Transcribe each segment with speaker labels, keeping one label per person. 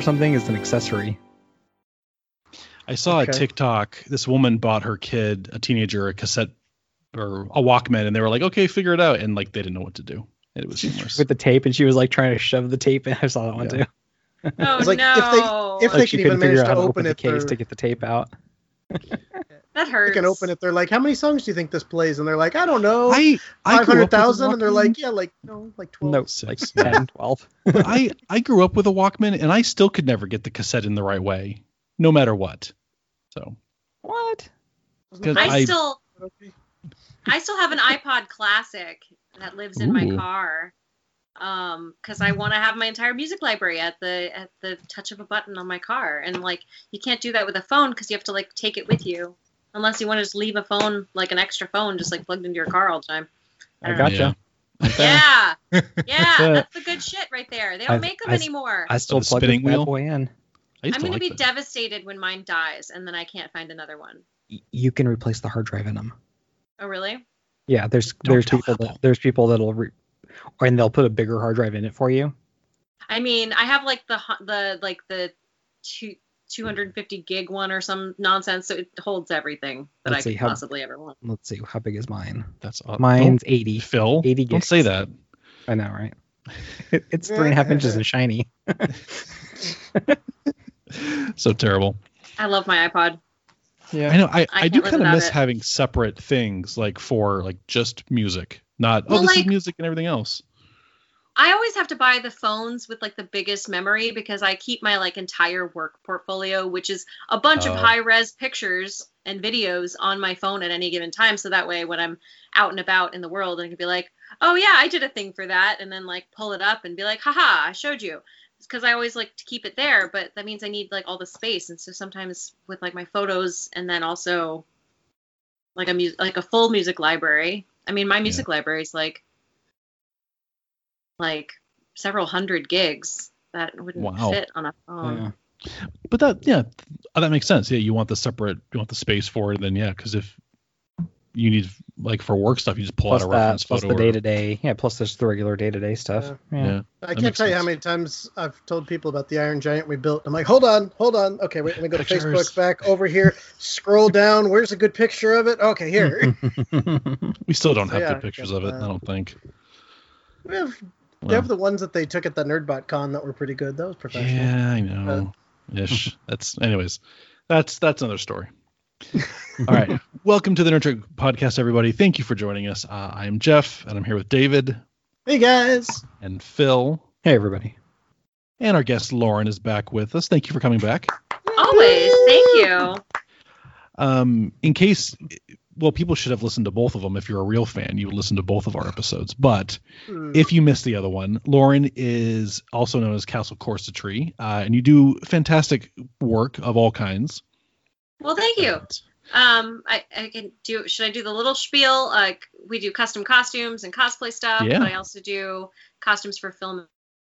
Speaker 1: something is an accessory.
Speaker 2: I saw
Speaker 3: Okay.
Speaker 2: a TikTok. This woman bought her kid, a teenager, a cassette or a Walkman, and they were like, "Okay, figure it out," and like they didn't know what to do. It was humorous.
Speaker 1: With the tape, and she was like trying to shove the tape in. I saw that one
Speaker 2: Yeah.
Speaker 1: too.
Speaker 4: Oh
Speaker 3: It's like if they-
Speaker 4: no,
Speaker 3: if-
Speaker 1: Like
Speaker 3: they
Speaker 1: she
Speaker 3: could
Speaker 1: couldn't
Speaker 3: even
Speaker 1: figure
Speaker 3: manage
Speaker 1: out
Speaker 3: to
Speaker 1: how to
Speaker 3: open
Speaker 1: open the
Speaker 3: it,
Speaker 1: case
Speaker 3: they're-
Speaker 1: to get the tape out.
Speaker 4: that
Speaker 3: They
Speaker 4: hurts.
Speaker 3: can open it. They're like, how many songs do you think this plays? And they're like, I don't know,
Speaker 2: I, I
Speaker 3: five
Speaker 2: grew up with a
Speaker 3: hundred thousand. And they're
Speaker 2: Walkman.
Speaker 3: like, yeah, like no, like twelve.
Speaker 1: No, like
Speaker 2: six, yeah.
Speaker 1: 10, 12.
Speaker 2: But I I grew up with a Walkman, and I still could never get the cassette in the right way, no matter what. So
Speaker 1: What?
Speaker 2: Good.
Speaker 4: I,
Speaker 2: I-
Speaker 4: still, I still have an iPod Classic that lives in my
Speaker 2: Ooh.
Speaker 4: car, um, because I want to have my entire music library at the at the touch of a button on my car, and like you can't do that with a phone because you have to like take it with you, unless you want to just leave a phone like an extra phone just like plugged into your car all the time.
Speaker 1: I
Speaker 4: don't know.
Speaker 1: gotcha.
Speaker 4: Yeah, yeah,
Speaker 1: it.
Speaker 4: that's the good shit right there. They don't
Speaker 1: I've-
Speaker 4: make them
Speaker 1: I-
Speaker 4: anymore.
Speaker 1: I still
Speaker 2: the
Speaker 1: plug this
Speaker 2: spinning
Speaker 1: bad
Speaker 2: wheel?
Speaker 1: boy in.
Speaker 2: I used to
Speaker 4: I'm gonna
Speaker 2: like
Speaker 4: be
Speaker 2: that.
Speaker 4: devastated when mine dies, and then I can't find another one.
Speaker 1: Y- You can replace the hard drive in them.
Speaker 4: Oh really?
Speaker 1: Yeah, there's
Speaker 2: Don't
Speaker 1: there's
Speaker 2: tell
Speaker 1: people
Speaker 2: Apple.
Speaker 1: that there's people that'll re- and they'll put a bigger hard drive in it for you.
Speaker 4: I mean, I have like the hu- the like the two. 250 gig one or some nonsense, so it holds everything that
Speaker 1: Let's
Speaker 4: I
Speaker 1: see,
Speaker 4: could
Speaker 1: how-
Speaker 4: possibly ever want.
Speaker 1: Let's see how big is mine.
Speaker 2: That's aw-
Speaker 1: Mine's
Speaker 2: don't-
Speaker 1: 80.
Speaker 2: Phil.
Speaker 1: 80
Speaker 2: don't say
Speaker 1: gigs.
Speaker 2: that.
Speaker 1: I know, right? it's three and a half inches and shiny.
Speaker 2: So terrible.
Speaker 4: I love my iPod.
Speaker 2: I know. I, I,
Speaker 4: can't
Speaker 2: do
Speaker 4: live
Speaker 2: kind of
Speaker 4: without
Speaker 2: miss
Speaker 4: it.
Speaker 2: having separate things like for like just music, not oh
Speaker 4: Well,
Speaker 2: this is
Speaker 4: like-
Speaker 2: music and everything else.
Speaker 4: I always have to buy the phones with like the biggest memory because I keep my like entire work portfolio, which is a bunch
Speaker 2: Oh.
Speaker 4: of high res pictures and videos on my phone at any given time. So that way, when I'm out and about in the world, I can be like, oh yeah, I did a thing for that, and then like pull it up and be like, haha, I showed you. Because I always like to keep it there, but that means I need like all the space, and so sometimes with like my photos and then also like a music like a full music library. I mean, my music library is like like several hundred gigs that wouldn't
Speaker 2: Wow.
Speaker 4: fit on a phone.
Speaker 1: Yeah.
Speaker 2: But that yeah, oh, that makes sense. Yeah, you want the separate, you want the space for it. Then yeah, because if you need like for work stuff, you just pull
Speaker 1: Plus
Speaker 2: out a
Speaker 1: that,
Speaker 2: reference
Speaker 1: plus
Speaker 2: photo.
Speaker 1: the
Speaker 2: or-
Speaker 1: day to day. Yeah, plus there's the regular day to day stuff. Yeah.
Speaker 2: yeah.
Speaker 3: I
Speaker 2: makes
Speaker 3: can't tell you how
Speaker 2: sense.
Speaker 3: many times I've told people about the Iron Giant we built. I'm like, hold on, hold on. Okay, wait, let me go to
Speaker 2: Pictures.
Speaker 3: Facebook, back over here, scroll down. Where's a good picture of it? Okay, here.
Speaker 2: We still don't
Speaker 3: So,
Speaker 2: have
Speaker 3: yeah,
Speaker 2: good pictures
Speaker 3: got
Speaker 2: of it.
Speaker 3: that.
Speaker 2: I don't think.
Speaker 3: we have, they
Speaker 2: Well,
Speaker 3: have the ones that they took at the NerdBot Con that were pretty good. That was professional.
Speaker 2: yeah, I know. Ish. That's anyways. That's that's another story. All right. Welcome to the Nerd Trick Podcast, everybody. Thank you for joining us. Uh, I'm Jeff, and I'm here with David
Speaker 3: Hey guys,
Speaker 2: and Phil,
Speaker 1: Hey everybody.
Speaker 2: and our guest Lauren is back with us. Thank you for coming back.
Speaker 4: Always, thank you.
Speaker 2: um, in case well people should have listened to both of them if you're a real fan you would listen to both of our episodes but
Speaker 3: Hmm.
Speaker 2: if you missed the other one lauren is also known as castle corsetry uh, and you do fantastic work of all kinds
Speaker 4: Well, thank you. Um, I, I can do. Should I do the little spiel? Like we do custom costumes and cosplay stuff,
Speaker 2: Yeah.
Speaker 4: but I also do costumes for film,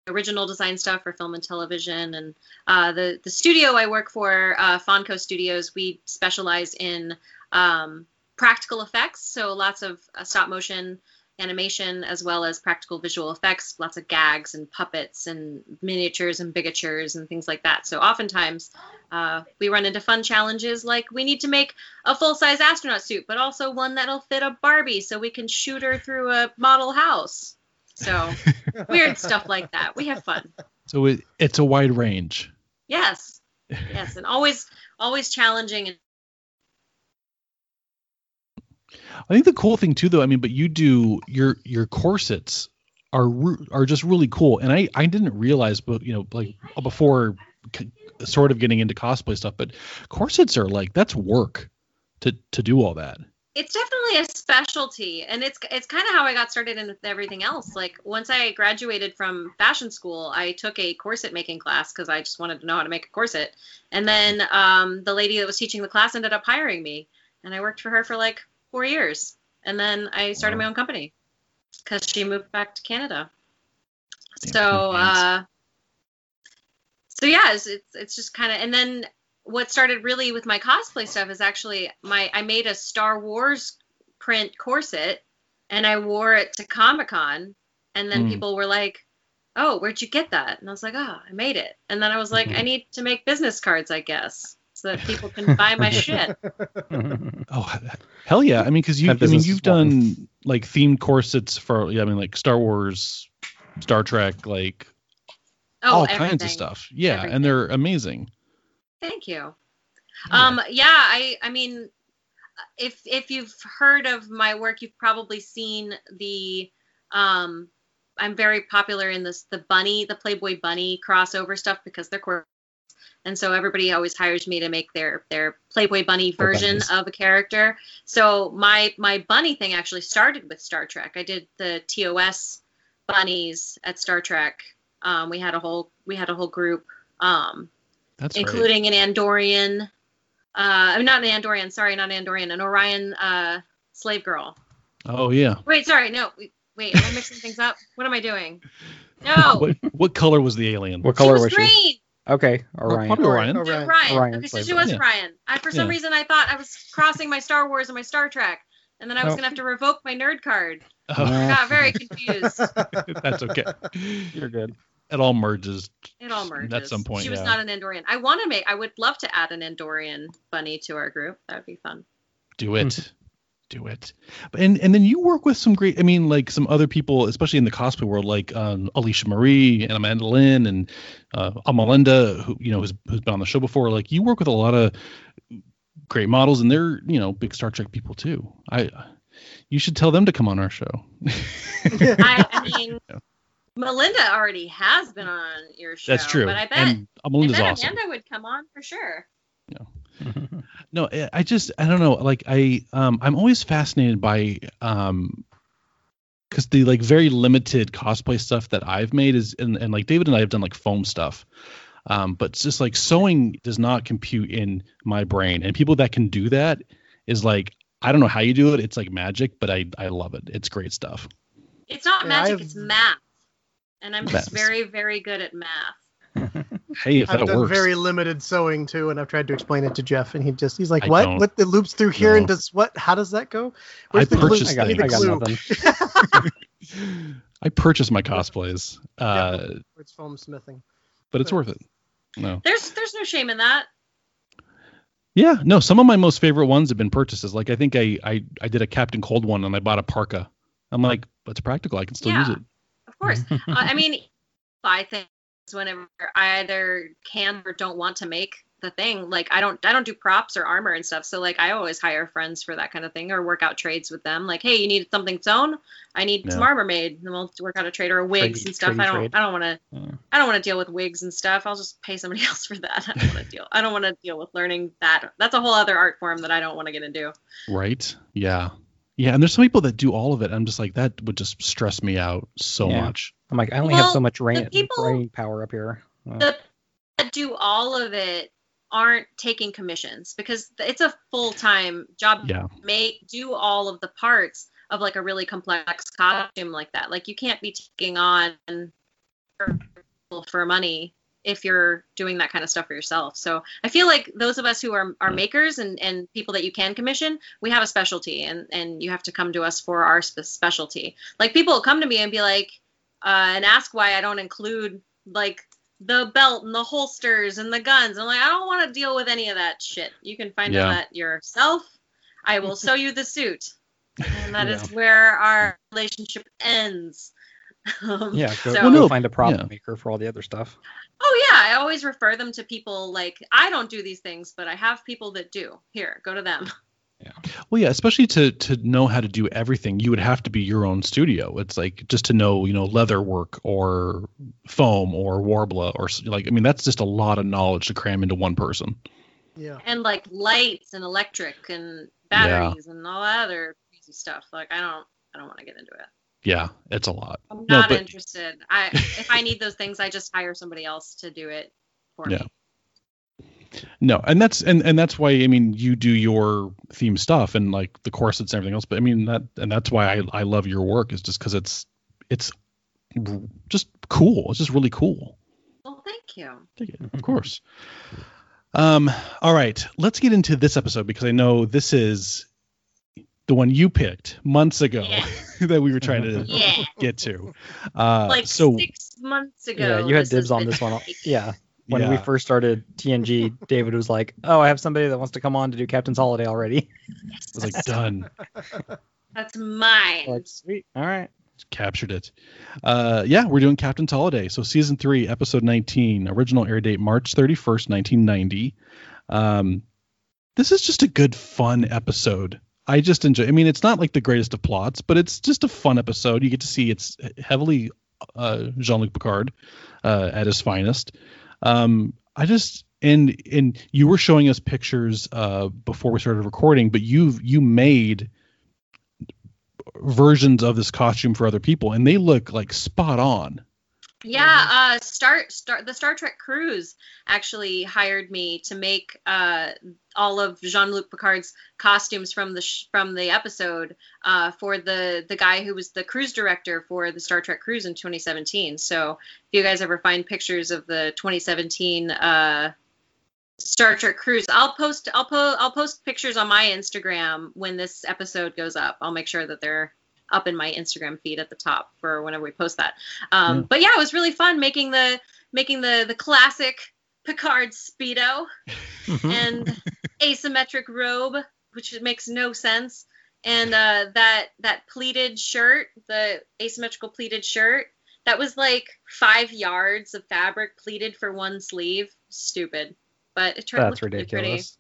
Speaker 4: original design stuff for film and television. And uh, the the studio I work for, uh, Fonco Studios, we specialize in um, practical effects, so lots of uh, stop motion animation as well as practical visual effects, lots of gags and puppets and miniatures and bigatures and things like that. So oftentimes uh, we run into fun challenges like we need to make a full size astronaut suit, but also one that'll fit a Barbie so we can shoot her through a model house. So weird stuff like that. We have fun.
Speaker 2: so it, it's a wide range
Speaker 4: Yes. Yes. And always, always challenging. And
Speaker 2: i think the cool thing too though i mean but you do your your corsets are ru- are just really cool and i i didn't realize but you know like before c- sort of getting into cosplay stuff but corsets are like that's work to to do all that
Speaker 4: it's definitely a specialty. And it's, it's kind of how I got started in with everything else. Like once I graduated from fashion school, I took a corset making class because I just wanted to know how to make a corset. And then um, the lady that was teaching the class ended up hiring me, and I worked for her for like four years. And then I started my own company because she moved back to Canada.
Speaker 2: Damn
Speaker 4: so,
Speaker 2: Canadians.
Speaker 4: uh, so yeah, it's it's, it's just kind of. And then what started really with my cosplay stuff is actually my I made a Star Wars print corset, and I wore it to Comic Con, and then
Speaker 2: Mm.
Speaker 4: people were like, oh, where'd you get that? And I was like, oh, I made it. And then I was like, I need to make business cards, I guess, so that people can buy my shit.
Speaker 2: Oh, hell yeah! I mean, because you,
Speaker 1: That
Speaker 2: I mean,
Speaker 1: business is
Speaker 2: you've done like themed corsets for, yeah, I mean, like Star Wars, Star Trek, like
Speaker 4: Oh,
Speaker 2: all
Speaker 4: everything.
Speaker 2: kinds of stuff. Yeah,
Speaker 4: Everything.
Speaker 2: and they're amazing.
Speaker 4: Thank you. Um, yeah, I, I mean, if if you've heard of my work, you've probably seen the. Um, I'm very popular in this the bunny, the Playboy bunny crossover stuff because they're quirky, and so everybody always hires me to make their their Playboy bunny
Speaker 1: Or
Speaker 4: version
Speaker 1: bunnies.
Speaker 4: of a character. So my my bunny thing actually started with Star Trek. I did the TOS bunnies at Star Trek. Um, we had a whole we had a whole group. Um,
Speaker 2: That's right.
Speaker 4: including an Andorian. Uh, I'm not an Andorian. Sorry, not an Andorian. An Orion uh, slave girl.
Speaker 2: Oh yeah.
Speaker 4: Wait, sorry. No, wait. Am I mixing things up? What am I doing? No,
Speaker 2: What what color was the alien? Oh,
Speaker 1: What
Speaker 4: she
Speaker 1: color
Speaker 4: was,
Speaker 1: was
Speaker 4: green.
Speaker 1: she? Okay, Orion.
Speaker 2: probably- Orion.
Speaker 4: No, Ryan.
Speaker 1: Orion
Speaker 4: okay, so
Speaker 1: slave
Speaker 4: she
Speaker 1: girl.
Speaker 4: was
Speaker 2: Yeah.
Speaker 4: Ryan. I, for some
Speaker 2: Yeah.
Speaker 4: reason, I thought I was crossing my Star Wars and my Star Trek, and then I was
Speaker 1: No. Uh-huh.
Speaker 4: gonna have to revoke my nerd card.
Speaker 2: Oh,
Speaker 4: I got very confused.
Speaker 2: that's okay.
Speaker 1: You're good.
Speaker 2: It all merges.
Speaker 4: It all merges.
Speaker 2: At some point,
Speaker 4: she was
Speaker 2: yeah.
Speaker 4: not an Andorian. I want to make. I would love to add an Andorian bunny to our group. That would be fun.
Speaker 2: do it do it Hmm. But- and and then you work with some great i mean like some other people especially in the cosplay world like um, alicia marie and amanda lynn and uh, amalinda who you know who's, who's been on the show before like you work with a lot of great models and they're you know big star trek people too i you should tell them to come on our show
Speaker 4: I, I mean, Melinda already has been on your show.
Speaker 2: that's true
Speaker 4: But I bet,
Speaker 2: and
Speaker 4: I
Speaker 2: amalinda's
Speaker 4: bet
Speaker 2: awesome
Speaker 4: Amanda would come on for sure.
Speaker 2: no I- i just i don't know like i um i'm always fascinated by um because the like very limited cosplay stuff that i've made is and, and like david and i have done like foam stuff um but it's just like sewing does not compute in my brain and people that can do that is like i don't know how you do it it's like magic but i i love it it's great stuff
Speaker 4: It's not
Speaker 3: Yeah,
Speaker 4: magic,
Speaker 3: I've-
Speaker 4: it's math. And I'm just
Speaker 2: Math.
Speaker 4: very, very good at math.
Speaker 2: hey if
Speaker 3: I've
Speaker 2: that
Speaker 3: done
Speaker 2: works
Speaker 3: very limited sewing too, and I've tried to explain it to Jeff, and he just he's like,
Speaker 2: I
Speaker 3: "What?
Speaker 2: don't
Speaker 3: What? It loops through here
Speaker 2: know.
Speaker 3: and does what? How does that go?"
Speaker 2: i
Speaker 3: the glue?
Speaker 2: purchased
Speaker 1: I got,
Speaker 3: Give me
Speaker 1: I
Speaker 3: the
Speaker 1: got
Speaker 2: things.
Speaker 3: clue.
Speaker 1: nothing.
Speaker 2: i purchased my cosplays uh
Speaker 3: It's foam smithing.
Speaker 2: but it's worth it no
Speaker 4: There's there's no shame in that.
Speaker 2: Yeah, no, some of my most favorite ones have been purchases. Like I think I I, I did a Captain Cold one and I bought a parka. I'm like, that's practical. I can still use
Speaker 4: Yeah.
Speaker 2: it.
Speaker 4: Of course. uh, I mean, buy things whenever I either can or don't want to make the thing. Like I don't I don't do props or armor and stuff. So like I always hire friends for that kind of thing or work out trades with them. Like, hey, you need something sewn? I need some
Speaker 2: Yeah.
Speaker 4: armor made. And we'll work out a trade or wigs
Speaker 1: Trade-
Speaker 4: and stuff.
Speaker 1: trade,
Speaker 4: I don't
Speaker 1: trade.
Speaker 4: I don't wanna
Speaker 1: Yeah.
Speaker 4: I don't wanna deal with wigs and stuff. I'll just pay somebody else for that. I don't wanna deal I don't wanna deal with learning that. That's a whole other art form that I don't wanna get into.
Speaker 2: Right? Yeah. Yeah. And there's some people that do all of it. I'm just like, that would just stress me out so
Speaker 1: Yeah.
Speaker 2: much.
Speaker 1: I'm like, I only have
Speaker 4: Well,
Speaker 1: so much rain,
Speaker 4: the people-
Speaker 1: brain power up here. Uh, Well,
Speaker 4: the people that do all of it aren't taking commissions because it's a full-time job
Speaker 2: Yeah.
Speaker 4: make do all of the parts of like a really complex costume like that like you can't be taking on for- for money if you're doing that kind of stuff for yourself so i feel like those of us who are, are
Speaker 1: Mm.
Speaker 4: makers and, and people that you can commission we have a specialty and and you have to come to us for our spe- specialty like people will come to me and be like uh, and ask why i don't include like the belt and the holsters and the guns i'm like i don't want to deal with any of that shit you can find
Speaker 2: Yeah.
Speaker 4: that yourself I will sew you the suit. And that is
Speaker 2: Yeah.
Speaker 4: where our relationship ends. Um,
Speaker 1: yeah, go,
Speaker 4: so-
Speaker 1: go
Speaker 2: Well, no,
Speaker 1: find a problem
Speaker 2: yeah.
Speaker 1: maker for all the other stuff.
Speaker 4: Oh, yeah. I always refer them to people like, I don't do these things, but I have people that do. Here, go to them.
Speaker 2: Well, yeah, especially to to know how to do everything, you would have to be your own studio. It's like just to know, you know, leather work or foam or warbler or s- like I mean, that's just a lot of knowledge to cram into one person.
Speaker 3: Yeah.
Speaker 4: And like lights and electric and batteries and all that other crazy stuff. Like, I don't. I don't want to get into it.
Speaker 2: Yeah, it's a lot.
Speaker 4: I'm
Speaker 2: No,
Speaker 4: not
Speaker 2: but-
Speaker 4: interested. I if I need those things, I just hire somebody else to do it for
Speaker 2: Yeah.
Speaker 4: me.
Speaker 2: No, and that's and and that's why I mean you do your theme stuff and like the corsets and everything else. But I mean that and that's why I I love your work is just because it's it's r- just cool. It's just really cool.
Speaker 4: Well, thank you.
Speaker 2: Dig it, of course. Um, all right, let's get into this episode because I know this is the one you picked months ago
Speaker 4: Yeah.
Speaker 2: that we were trying to
Speaker 4: Yeah,
Speaker 2: get to. Uh,
Speaker 4: like
Speaker 2: so
Speaker 4: six months ago.
Speaker 1: Yeah, you had
Speaker 4: is
Speaker 1: dibs on
Speaker 4: the
Speaker 1: this one.
Speaker 4: take.
Speaker 1: Yeah. When we
Speaker 2: yeah.
Speaker 1: first started TNG, David was like, "Oh, I have somebody that wants to come on to do Captain's Holiday already."
Speaker 2: It was like done
Speaker 4: That's mine.
Speaker 1: like, sweet. All right.
Speaker 2: captured it uh yeah we're doing captain's holiday so season 3 episode 19 original air date march 31st 1990 um this is just a good fun episode i just enjoy i mean it's not like the greatest of plots but it's just a fun episode you get to see it's heavily uh jean-luc picard uh at his finest um i just and and you were showing us pictures uh before we started recording but you've you made versions of this costume for other people and they look like spot on
Speaker 4: Yeah, uh, Star, Star, the Star Trek crews actually hired me to make uh, all of Jean-Luc Picard's costumes from the sh- from the episode uh, for the the guy who was the cruise director for the Star Trek cruise in 2017. So if you guys ever find pictures of the 2017 uh, Star Trek cruise, I'll post I'll po- I'll post pictures on my Instagram when this episode goes up. I'll make sure that they're up in my Instagram feed at the top for whenever we post that. Um,
Speaker 2: Yeah.
Speaker 4: But yeah, it was really fun making the making the the classic Picard speedo
Speaker 1: Mm-hmm.
Speaker 2: Hmm.
Speaker 4: and asymmetric robe, which makes no sense, and uh, that that pleated shirt, the asymmetrical pleated shirt, that was like five yards of fabric pleated for one sleeve. Stupid, but it turned out
Speaker 1: That's
Speaker 4: really pretty.
Speaker 1: ridiculous.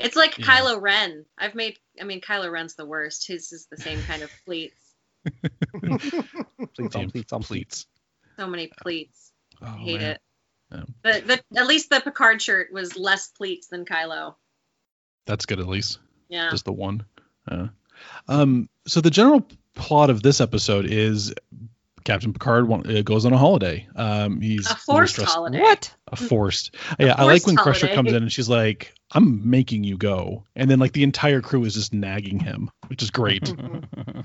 Speaker 4: It's like
Speaker 2: Yeah.
Speaker 4: Kylo Ren. I've made. I mean, Kylo Ren's the worst. His is the same kind of pleats.
Speaker 1: Pleats on
Speaker 2: Damn
Speaker 1: pleats on pleats.
Speaker 2: pleats
Speaker 4: So many pleats.
Speaker 2: oh,
Speaker 4: I hate
Speaker 2: man.
Speaker 4: it.
Speaker 2: Yeah.
Speaker 4: But the, at least the Picard shirt was less pleats than Kylo.
Speaker 2: that's good at least
Speaker 4: Yeah.
Speaker 2: just the one. Uh, um, so the general plot of this episode is Captain Picard want, uh, goes on a holiday. Um, he's
Speaker 4: a
Speaker 2: really
Speaker 4: forced
Speaker 2: stressed-
Speaker 4: holiday.
Speaker 1: What?
Speaker 2: A forced. yeah, I like
Speaker 4: forced
Speaker 2: when Crusher
Speaker 4: holiday.
Speaker 2: comes in and she's like, "I'm making you go," and then like the entire crew is just nagging him, which is great.
Speaker 4: Mm-hmm.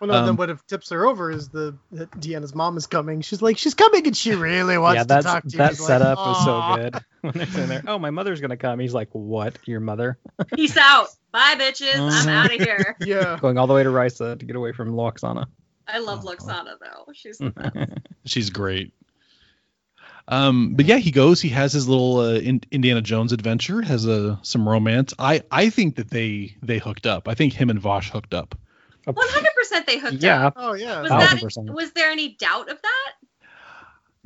Speaker 3: Well, no,
Speaker 2: Um,
Speaker 3: then what if tips her over is the that Deanna's mom is coming. She's like, she's coming, and she really wants
Speaker 1: yeah,
Speaker 3: to talk
Speaker 1: that's
Speaker 3: to you.
Speaker 1: that
Speaker 3: He's like,
Speaker 1: setup was
Speaker 3: "Aw."
Speaker 1: so good. When they're sitting there, oh, my mother's gonna come. He's like, what? Your mother?
Speaker 4: Peace out. Bye, bitches. I'm
Speaker 1: Mhm.
Speaker 2: Mm.
Speaker 4: out of here.
Speaker 3: "Oh, Yeah.
Speaker 1: Going all the way to Risa to get away from Loxana.
Speaker 4: I love
Speaker 2: Oh.
Speaker 4: Luxana though. She's
Speaker 2: Mm. She's great. Um, but yeah, he goes. He has his little uh, in- Indiana Jones adventure. Has uh, some romance. I I think that they they hooked up. I think him and Vosh hooked up.
Speaker 4: 100% they hooked up.
Speaker 1: yeah,
Speaker 3: Oh yeah.
Speaker 4: Was
Speaker 1: thousand
Speaker 4: that
Speaker 1: percent.
Speaker 4: was there any doubt of that?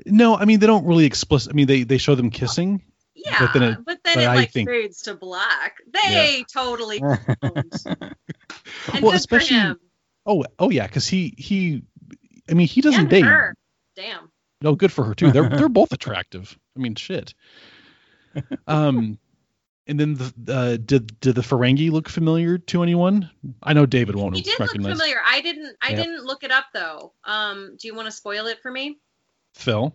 Speaker 2: No, I mean they don't really explicit. I mean they they show them kissing.
Speaker 4: Yeah.
Speaker 2: But
Speaker 4: But
Speaker 2: then
Speaker 4: then
Speaker 2: it-
Speaker 4: it,
Speaker 2: but I
Speaker 4: like
Speaker 2: think-
Speaker 4: fades to black. They totally owned. And
Speaker 2: Well,
Speaker 4: good
Speaker 2: especially-
Speaker 4: for him.
Speaker 2: Oh, oh yeah, because he he, I mean he doesn't
Speaker 4: and
Speaker 2: date.
Speaker 4: her. Damn.
Speaker 2: No, good for her too. They're they're both attractive. I mean shit. Um, and then the uh, did did the Ferengi look familiar to anyone? I know David won't
Speaker 4: He did look
Speaker 2: recognize
Speaker 4: familiar. I didn't I
Speaker 1: Yep.
Speaker 4: didn't look it up though. Um do you want to spoil it for me?
Speaker 2: Phil.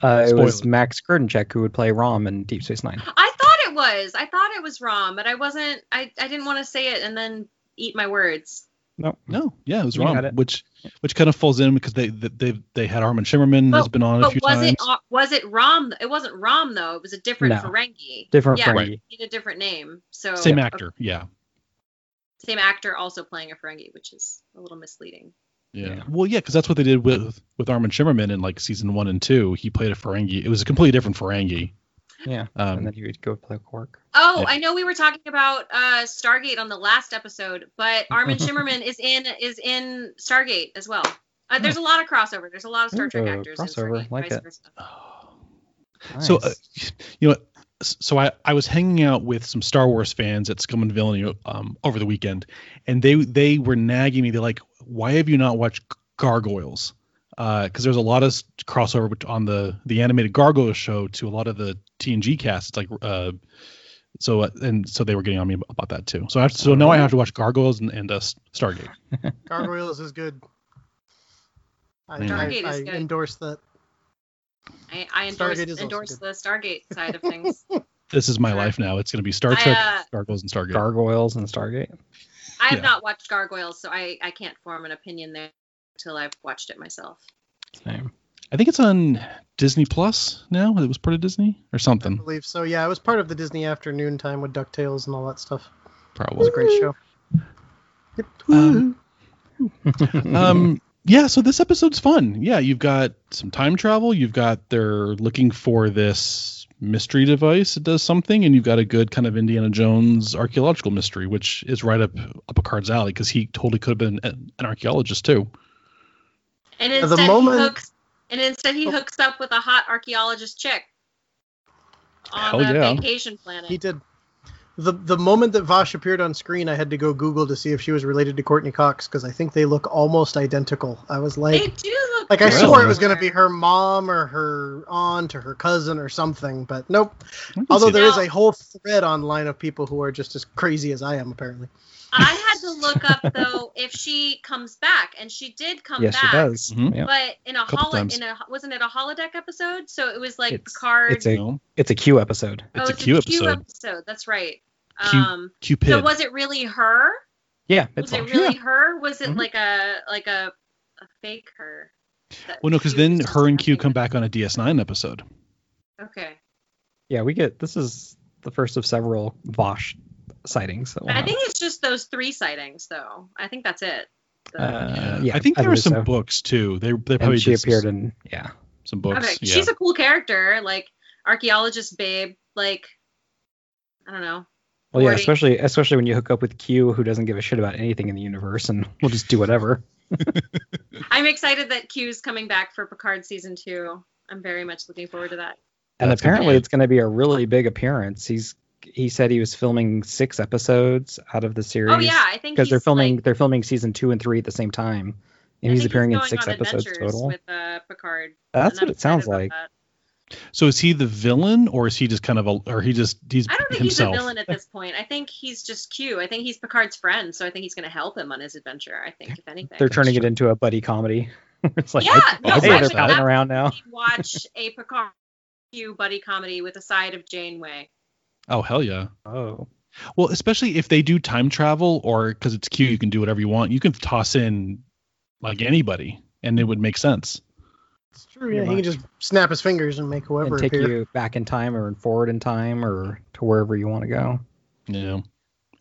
Speaker 1: Uh, it was
Speaker 2: Spoiler.
Speaker 1: Max Kurdenchek who would play Rom in Deep Space Nine.
Speaker 4: I thought it was. I thought it was Rom, but I wasn't I, I didn't want to say it and then eat my words.
Speaker 1: No,
Speaker 2: No, yeah, it was
Speaker 1: You
Speaker 2: wrong.
Speaker 1: got it.
Speaker 2: Which which kind of falls in because they they they, they had Armin Shimmerman has
Speaker 4: But-
Speaker 2: been on a
Speaker 4: But
Speaker 2: few
Speaker 4: was
Speaker 2: times.
Speaker 4: it uh, was it Rom? It wasn't Rom though. It was a different
Speaker 1: No.
Speaker 4: Ferengi.
Speaker 1: different
Speaker 4: yeah,
Speaker 1: Ferengi.
Speaker 4: he had a different name. So
Speaker 2: Same
Speaker 4: okay,
Speaker 2: actor. Yeah.
Speaker 4: same actor also playing a Ferengi, which is a little misleading.
Speaker 2: Yeah.
Speaker 1: Yeah.
Speaker 2: Well, yeah, because that's what they did with with Armin Shimmerman in like season one and two. He played a Ferengi. It was a completely different Ferengi.
Speaker 1: Yeah, and
Speaker 2: Um,
Speaker 1: then he would go play Quark.
Speaker 4: Oh,
Speaker 2: Yeah.
Speaker 4: I know we were talking about uh, Stargate on the last episode, but Armin Shimmerman is in is in Stargate as well. Uh, there's a lot of crossover. There's a lot of Star Trek
Speaker 1: Ooh,
Speaker 4: actors
Speaker 1: crossover.
Speaker 4: in Stargate.
Speaker 1: Like
Speaker 4: vice
Speaker 1: it.
Speaker 4: versa.
Speaker 2: oh. So, uh,
Speaker 1: Nice.
Speaker 2: you know, s- so I, I was hanging out with some Star Wars fans at Scum and Villainy um, over the weekend, and they they were nagging me. They're like, "Why have you not watched G- Gargoyles?" Because there's a lot of s- crossover bet- on the the animated Gargoyles show to a lot of the TNG cast. It's like, uh, so uh, and so they were getting on me ab- about that too. So I have to, so now I have to watch Gargoyles and, and uh, S- Stargate.
Speaker 3: Gargoyles is good. I,
Speaker 2: Yeah.
Speaker 3: I,
Speaker 4: Stargate is
Speaker 3: I
Speaker 4: good.
Speaker 3: endorse that.
Speaker 4: I, I endorse,
Speaker 3: Stargate is also
Speaker 4: endorse
Speaker 3: good.
Speaker 4: the Stargate side of things.
Speaker 2: This is my life now. It's going to be Star
Speaker 4: I,
Speaker 2: Trek,
Speaker 4: uh,
Speaker 2: Gargoyles, and Stargate.
Speaker 1: Gargoyles and Stargate.
Speaker 4: I have
Speaker 2: Yeah.
Speaker 4: not watched Gargoyles, so I, I can't form an opinion there until I've watched it myself.
Speaker 1: Same.
Speaker 2: I think it's on Disney Plus now. It was part of Disney or
Speaker 3: I
Speaker 2: something.
Speaker 3: believe so. Yeah, it was part of the Disney afternoon time with Ducktales and all that stuff. It
Speaker 2: Probably.
Speaker 3: was a great show.
Speaker 2: Um,
Speaker 1: Mm-hmm.
Speaker 2: um, yeah, so this episode's fun. Yeah, you've got some time travel. You've got they're looking for this mystery device. It does something, and you've got a good kind of Indiana Jones archaeological mystery, which is right up up a card's alley because he totally could have been a- an archaeologist too.
Speaker 4: And
Speaker 3: At the
Speaker 4: instead,
Speaker 3: moment-
Speaker 4: he hooks, and instead he
Speaker 3: Oh.
Speaker 4: hooks up with a hot archaeologist chick on
Speaker 2: Hell
Speaker 4: the
Speaker 2: yeah.
Speaker 4: vacation planet.
Speaker 3: He did. The the moment that Vosh appeared on screen, I had to go Google to see if she was related to Courtney Cox because I think they look almost identical. I was
Speaker 4: they
Speaker 3: like,
Speaker 4: do look
Speaker 3: like I swore it
Speaker 2: Really?
Speaker 3: was going to be her mom or her aunt or her cousin or something, but nope.
Speaker 2: I can
Speaker 3: Although
Speaker 2: see
Speaker 3: there
Speaker 2: that.
Speaker 3: is a whole thread online of people who are just as crazy as I am, apparently.
Speaker 4: I had to look up though if she comes back, and she did come
Speaker 1: yes,
Speaker 4: back.
Speaker 1: she does.
Speaker 2: Mhm.
Speaker 1: Yeah.
Speaker 4: But in a
Speaker 2: Couple
Speaker 4: holo-
Speaker 2: times.
Speaker 4: in a wasn't it a holodeck episode? So it was like
Speaker 1: It's-
Speaker 4: Picard.
Speaker 1: it's a-
Speaker 2: No,
Speaker 1: It's a Q episode.
Speaker 2: it's
Speaker 4: oh,
Speaker 2: a Q
Speaker 4: Q
Speaker 2: episode.
Speaker 4: episode. That's right.
Speaker 2: Q
Speaker 4: Um,
Speaker 2: Cupid.
Speaker 4: so was it really her?
Speaker 1: Yeah, Mm-hmm. it's
Speaker 4: Was it
Speaker 1: all.
Speaker 4: really her? Was it
Speaker 2: Mhm.
Speaker 4: like a like a, a fake her? that
Speaker 2: well, no, because
Speaker 4: Q
Speaker 2: then
Speaker 4: was
Speaker 2: her and Q
Speaker 4: messing
Speaker 2: come
Speaker 4: with?
Speaker 2: back on a DS9 episode.
Speaker 4: Okay.
Speaker 1: Yeah, we get this is the first of several Vosh sightings. that we'll
Speaker 4: I
Speaker 1: have.
Speaker 4: think it's just those three sightings, though. I think that's it. The-
Speaker 1: Uh, yeah,
Speaker 2: I think there were
Speaker 1: believe
Speaker 2: some
Speaker 1: so.
Speaker 2: books too. They they probably
Speaker 1: And she
Speaker 2: did some-
Speaker 1: appeared in yeah.
Speaker 2: some books.
Speaker 4: okay,
Speaker 2: yeah.
Speaker 4: she's a cool character, like archaeologist babe, like I don't know.
Speaker 1: Well, yeah,
Speaker 4: Morty.
Speaker 1: especially especially when you hook up with Q, who doesn't give a shit about anything in the universe, and will just do whatever.
Speaker 4: I'm excited that Q's coming back for Picard season two. I'm very much looking forward to that.
Speaker 1: and
Speaker 2: That's gonna be
Speaker 1: apparently,
Speaker 2: good.
Speaker 1: it's going to be a really big appearance. He's he said he was filming six episodes out of the series.
Speaker 4: Oh yeah, I think
Speaker 1: because they're
Speaker 4: he's,
Speaker 1: filming
Speaker 4: like-
Speaker 1: they're filming season two and three at the same time,
Speaker 4: I
Speaker 1: and he's
Speaker 4: think
Speaker 1: appearing in
Speaker 4: going
Speaker 1: six
Speaker 4: on
Speaker 1: episodes
Speaker 4: adventures
Speaker 1: total.
Speaker 4: With uh, Picard.
Speaker 1: That's
Speaker 4: and
Speaker 1: what
Speaker 4: I'm
Speaker 1: it sounds
Speaker 4: excited
Speaker 1: like.
Speaker 4: about
Speaker 2: So is he the villain, or is he just kind of a, or he just he's
Speaker 4: that. I don't think
Speaker 2: himself?
Speaker 4: he's a villain at this point. I think he's just Q. I think he's Picard's friend, so I think he's going to help him on his adventure. I think if anything.
Speaker 1: They're turning it into a buddy comedy. it's like
Speaker 4: yeah, no,
Speaker 2: I'd
Speaker 1: hey,
Speaker 4: actually,
Speaker 1: they're
Speaker 2: that-
Speaker 1: putting around now.
Speaker 4: we watch a Picard Q buddy comedy with a side of Janeway.
Speaker 2: Oh hell yeah!
Speaker 1: Oh,
Speaker 2: Well, especially if they do time travel, or because it's Q, you can do whatever you want. You can toss in like anybody, and it would make sense.
Speaker 3: It's true. Yeah,
Speaker 1: Pretty
Speaker 3: he can just snap his fingers and make whoever
Speaker 1: and take
Speaker 3: appear.
Speaker 1: you back in time or forward in time or to wherever you want to go.
Speaker 2: Yeah,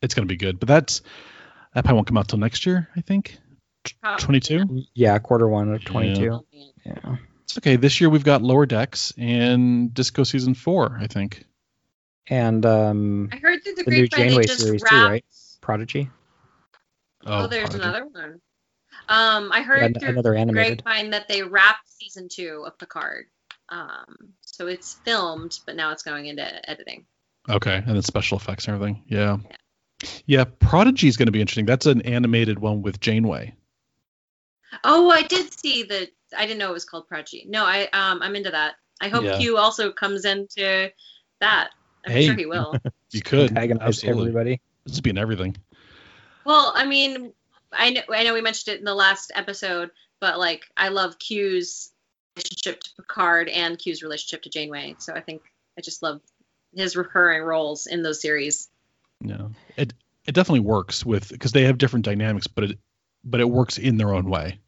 Speaker 2: it's gonna be good. But that's that probably won't come out till next year, I think.
Speaker 4: Probably.
Speaker 2: Twenty two.
Speaker 1: Yeah, quarter one of twenty
Speaker 4: Oh,
Speaker 1: two.
Speaker 4: man.
Speaker 1: Yeah.
Speaker 2: It's okay. This year we've got Lower Decks and Disco Season Four, I think.
Speaker 1: and um,
Speaker 4: I heard through the,
Speaker 1: The new
Speaker 4: grapevine they
Speaker 1: Janeway
Speaker 4: just
Speaker 1: series
Speaker 4: wrapped.
Speaker 1: too, right? Prodigy.
Speaker 4: Oh, there's
Speaker 2: Prodigy.
Speaker 4: another one. Um, I heard
Speaker 1: An-
Speaker 4: through
Speaker 1: another animated.
Speaker 4: grapevine that they wrapped season two of Picard. Um, so it's filmed, but now it's going into editing.
Speaker 2: Okay, and then special effects and everything. Yeah. Yeah, Prodigy is going to be interesting. That's an animated one with Janeway.
Speaker 4: Oh, I did see the. I didn't know it was called Prodigy. No, I um, I'm into that. I hope
Speaker 2: Yeah.
Speaker 4: Q also comes into that. I'm
Speaker 2: Hey.
Speaker 4: sure he will.
Speaker 2: You could
Speaker 1: Antagonize everybody.
Speaker 2: This would be in everything.
Speaker 4: Well, I mean, I know I know we mentioned it in the last episode, but like I love Q's relationship to Picard and Q's relationship to Janeway. So I think I just love his recurring roles in those series.
Speaker 2: Yeah, it it definitely works with because they have different dynamics, but it but it works in their own way.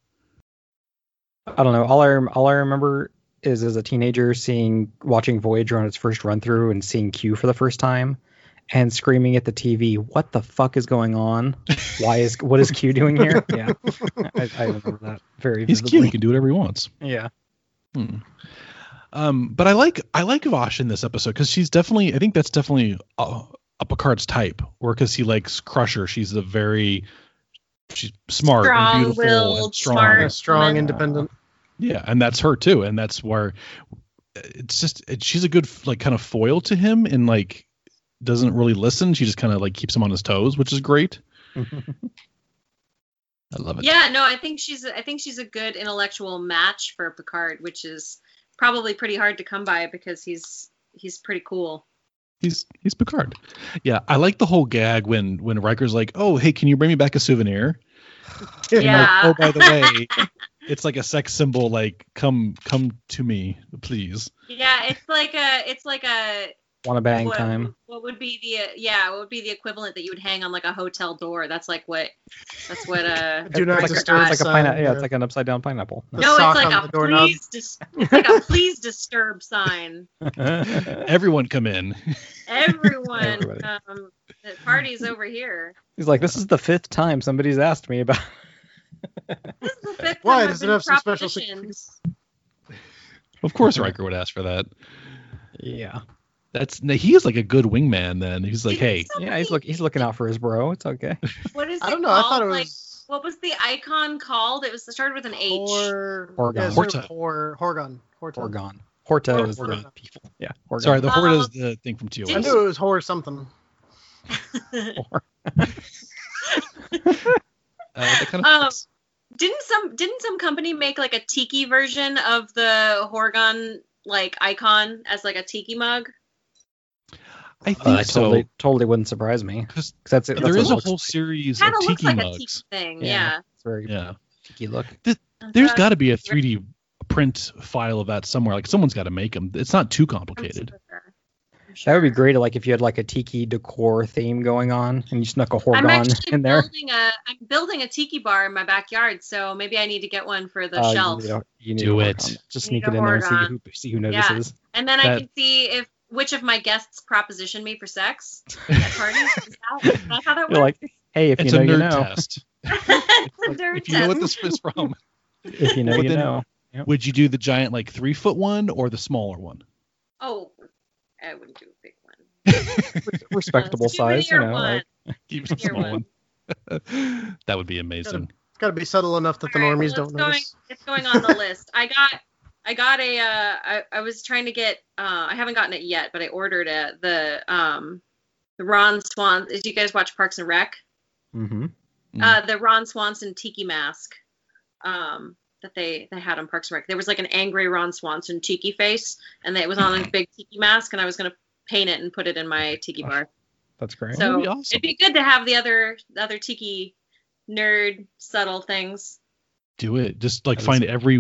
Speaker 1: I don't know. All I rem- all I remember is as a teenager seeing watching Voyager on its first run through and seeing Q for the first time, and screaming at the TV, "What the fuck is going on? Why is what is Q doing here?" Yeah, I, I remember that very
Speaker 2: He's
Speaker 1: vividly.
Speaker 2: cute. He can do whatever he wants.
Speaker 1: Yeah,
Speaker 2: Hmm. Um, but I like I like Vosh in this episode because she's definitely I think that's definitely uh, a Picard's type, or because he likes Crusher. She's a very she's smart, and beautiful, and
Speaker 4: Strong-willed,
Speaker 2: strong.
Speaker 4: smart.
Speaker 3: Yeah, strong,
Speaker 4: Yeah.
Speaker 3: independent.
Speaker 2: Yeah, and that's her too, and that's where it's just it, she's a good like kind of foil to him, and like doesn't really listen. She just kind of like keeps him on his toes, which is great. I love it.
Speaker 4: Yeah, no, I think she's I think she's a good intellectual match for Picard, which is probably pretty hard to come by because he's he's pretty cool.
Speaker 2: He's he's Picard. Yeah, I like the whole gag when when Riker's like, "Oh, hey, can you bring me back a souvenir?" And
Speaker 4: Yeah.
Speaker 2: like, oh, by the way, it's like a sex symbol. Like, come come to me, please.
Speaker 4: Yeah, it's like a it's like a
Speaker 1: Wanna bang
Speaker 4: what,
Speaker 1: time.
Speaker 4: What would be the uh, yeah? What would be the equivalent that you would hang on like a hotel door? That's like what. That's what. Uh,
Speaker 3: Do not
Speaker 1: It's like, a,
Speaker 3: disturb.
Speaker 1: it's like a
Speaker 3: sign,
Speaker 1: pine- yeah,
Speaker 3: yeah.
Speaker 1: it's like an upside down pineapple.
Speaker 3: The
Speaker 4: no,
Speaker 3: sock
Speaker 4: it's like
Speaker 3: on
Speaker 4: a
Speaker 3: the doorknob.
Speaker 4: please, dis- it's like a please disturb sign.
Speaker 2: Everyone come in.
Speaker 4: Everyone,
Speaker 1: Everybody.
Speaker 4: um, the party's over here.
Speaker 1: He's like, this is the fifth time somebody's asked me about.
Speaker 4: This is the fifth time
Speaker 3: Why
Speaker 4: I've
Speaker 3: does it
Speaker 4: been
Speaker 3: have some special
Speaker 4: propositioned.
Speaker 2: Of course, Riker would ask for that.
Speaker 1: Yeah.
Speaker 2: That's he is like a good wingman. Then he's like,
Speaker 4: Did you
Speaker 2: hey,
Speaker 4: still
Speaker 1: Yeah, he's
Speaker 4: think-
Speaker 1: look he's looking out for his bro. It's okay.
Speaker 4: What is it
Speaker 3: I don't know. I
Speaker 4: Called?
Speaker 3: thought it
Speaker 4: Like,
Speaker 3: was
Speaker 4: what was the icon called? It was it started with an H.
Speaker 3: Hor-
Speaker 1: Horgon.
Speaker 3: yeah, sort of
Speaker 2: Horta.
Speaker 3: Hor- Horgon. Horta.
Speaker 1: Horgon. Horta is
Speaker 3: Horta.
Speaker 1: the people. Yeah. Horgon.
Speaker 2: sorry, the
Speaker 4: Uh,
Speaker 2: horde is the thing from
Speaker 3: I
Speaker 2: TOS.
Speaker 3: knew it was Hor something.
Speaker 2: Uh, that kind of
Speaker 4: Um, didn't some didn't some company make like a tiki version of the Horgon like icon as like a tiki mug?
Speaker 2: I think
Speaker 1: Uh, that
Speaker 2: so.
Speaker 1: totally totally wouldn't surprise me
Speaker 2: 'Cause
Speaker 1: because that's it.
Speaker 2: there
Speaker 1: that's
Speaker 2: is a
Speaker 1: what it
Speaker 2: whole
Speaker 1: looks
Speaker 2: series of
Speaker 4: Kind of looks
Speaker 2: tiki
Speaker 4: like a tiki
Speaker 2: mugs.
Speaker 4: thing,
Speaker 1: Yeah.
Speaker 4: yeah.
Speaker 1: like. It's very
Speaker 2: Yeah,
Speaker 1: tiki look.
Speaker 2: there's got to be a 3D print file of that somewhere. Like someone's got to make them. It's not too complicated.
Speaker 1: That would be great. Like if you had like a tiki decor theme going on and you snuck a
Speaker 4: I'm
Speaker 1: Horgon
Speaker 4: actually
Speaker 1: in there.
Speaker 4: building a I'm building a tiki bar in my backyard, so maybe I need to get one for the
Speaker 1: Uh,
Speaker 4: shelf.
Speaker 1: You need a- you need
Speaker 2: Do
Speaker 1: a
Speaker 2: it.
Speaker 1: Horgon. Just
Speaker 4: You need
Speaker 1: sneak
Speaker 4: a
Speaker 1: it in there and see
Speaker 4: Horgon.
Speaker 1: who see who
Speaker 4: Yeah.
Speaker 1: notices.
Speaker 4: And then I
Speaker 2: That-
Speaker 4: can see if which of my guests proposition me for sex at parties. Is that, is that how that
Speaker 1: You're
Speaker 4: works?
Speaker 1: like, hey, if
Speaker 2: It's
Speaker 1: you
Speaker 2: a
Speaker 1: know, you
Speaker 2: nerd
Speaker 1: know.
Speaker 2: test.
Speaker 4: It's a
Speaker 2: If-
Speaker 4: nerd
Speaker 2: if you know what
Speaker 4: test.
Speaker 2: this is from,
Speaker 1: If you know,
Speaker 2: But
Speaker 1: you
Speaker 2: then-
Speaker 1: know.
Speaker 2: would you do the giant like three foot one or the smaller one?
Speaker 4: Oh, I wouldn't do a big one.
Speaker 1: Respectable
Speaker 4: Uh,
Speaker 1: size, you
Speaker 4: souvenir
Speaker 1: know.
Speaker 4: one.
Speaker 1: Like,
Speaker 2: Keep it
Speaker 4: Here
Speaker 2: small
Speaker 4: one.
Speaker 2: one. that would be amazing.
Speaker 3: It's got to be subtle enough that the
Speaker 4: All right,
Speaker 3: normies
Speaker 4: well,
Speaker 3: don't
Speaker 4: it's going,
Speaker 3: notice.
Speaker 4: It's going on the list. I got, I got a, uh, I, I was trying to get, uh, I haven't gotten it yet, but I ordered it. The, um, the Ron Swanson. Did you guys watch Parks and Rec?
Speaker 1: mm-hmm.
Speaker 2: Mm.
Speaker 4: Uh, the Ron Swanson tiki mask, um, that they they had on Parks and Rec. There was like an angry Ron Swanson tiki face, and it was on a big tiki mask, and I was gonna paint it and put it in my tiki bar.
Speaker 1: That's great.
Speaker 4: So
Speaker 2: That'd be awesome.
Speaker 4: it'd be good to have the other, the other tiki nerd subtle things.
Speaker 2: Do it. Just like
Speaker 1: That is-
Speaker 2: find every
Speaker 1: I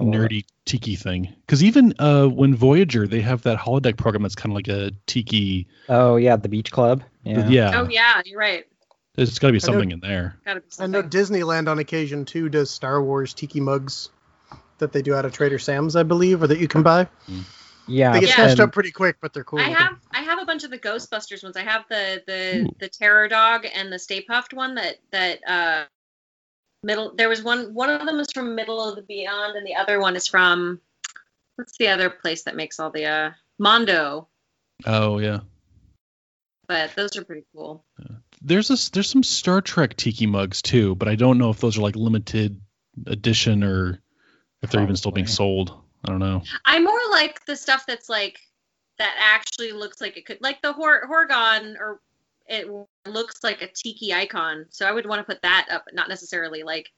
Speaker 1: love
Speaker 2: nerdy tiki thing. Because even uh, when Voyager, they have that holodeck program that's kind of like a tiki.
Speaker 1: it. Oh yeah, the beach club.
Speaker 2: Yeah.
Speaker 1: Yeah.
Speaker 4: Oh yeah, you're right.
Speaker 2: There's got to be
Speaker 3: know-
Speaker 2: something in there.
Speaker 4: Gotta be
Speaker 3: I
Speaker 4: something.
Speaker 3: know Disneyland on occasion too does Star Wars tiki mugs that they do out of Trader Sam's, I believe, or that you can buy.
Speaker 1: Yeah.
Speaker 3: They get
Speaker 4: Yeah.
Speaker 3: snatched
Speaker 1: and-
Speaker 3: up pretty quick, but they're cool.
Speaker 4: I
Speaker 3: looking.
Speaker 4: have I have a bunch of the Ghostbusters ones. I have the the the Terror Dog and the Stay Puffed one that that uh middle there was one one of them is from Middle of the Beyond and the other one is from what's the other place that makes all the uh Mondo,
Speaker 2: Oh yeah.
Speaker 4: but those are pretty cool.
Speaker 2: There's this. There's some Star Trek tiki mugs too, but I don't know if those are like limited edition or if they're even still being
Speaker 1: Probably.
Speaker 2: sold. I don't know.
Speaker 4: I more like the stuff that's like that actually looks like it could like the Hor- Horgon or it looks like a tiki icon. So I would want to put that up, not necessarily like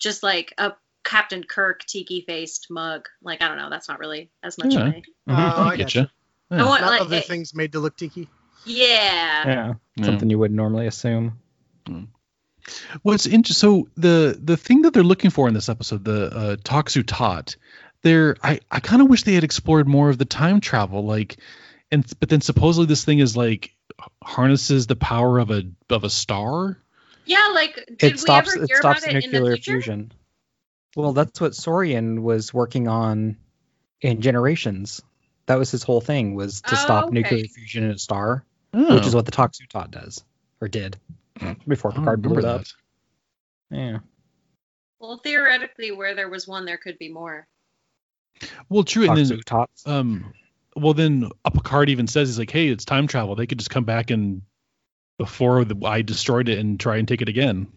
Speaker 4: just like a Captain Kirk tiki faced mug. Like I don't know, that's not really as much.
Speaker 2: Yeah.
Speaker 4: of me.
Speaker 3: Oh,
Speaker 1: Mm-hmm.
Speaker 3: I
Speaker 2: get
Speaker 3: gotcha.
Speaker 2: you.
Speaker 4: I want
Speaker 3: Not
Speaker 4: like
Speaker 3: other
Speaker 4: it-
Speaker 3: things made to look tiki.
Speaker 4: yeah.
Speaker 1: yeah. Something you wouldn't normally assume.
Speaker 2: What's interesting? So the the thing that they're looking for in this episode, the uh, Toxu Tot, there I I kind of wish they had explored more of the time travel, like, and but then supposedly this thing is like harnesses the power of a of a star.
Speaker 4: Yeah, like did
Speaker 1: It stops.
Speaker 4: we ever
Speaker 1: It
Speaker 4: hear
Speaker 1: stops
Speaker 4: about it in the
Speaker 1: nuclear
Speaker 4: future?
Speaker 1: fusion. Well, that's what Saurian was working on in Generations. That was his whole thing was to
Speaker 4: Oh,
Speaker 1: stop
Speaker 4: okay.
Speaker 1: nuclear fusion in a star,
Speaker 2: Oh,
Speaker 1: which is what the Toxutot does or did before
Speaker 2: I don't
Speaker 1: Picard blew it
Speaker 2: remember
Speaker 1: up.
Speaker 2: that.
Speaker 1: Yeah.
Speaker 4: Well theoretically where there was one there could be more.
Speaker 2: Well, true, and then
Speaker 1: Toxutots.
Speaker 2: um, well then uh, Picard even says he's like, hey, it's time travel. They could just come back and before the, I destroyed it and try and take it again,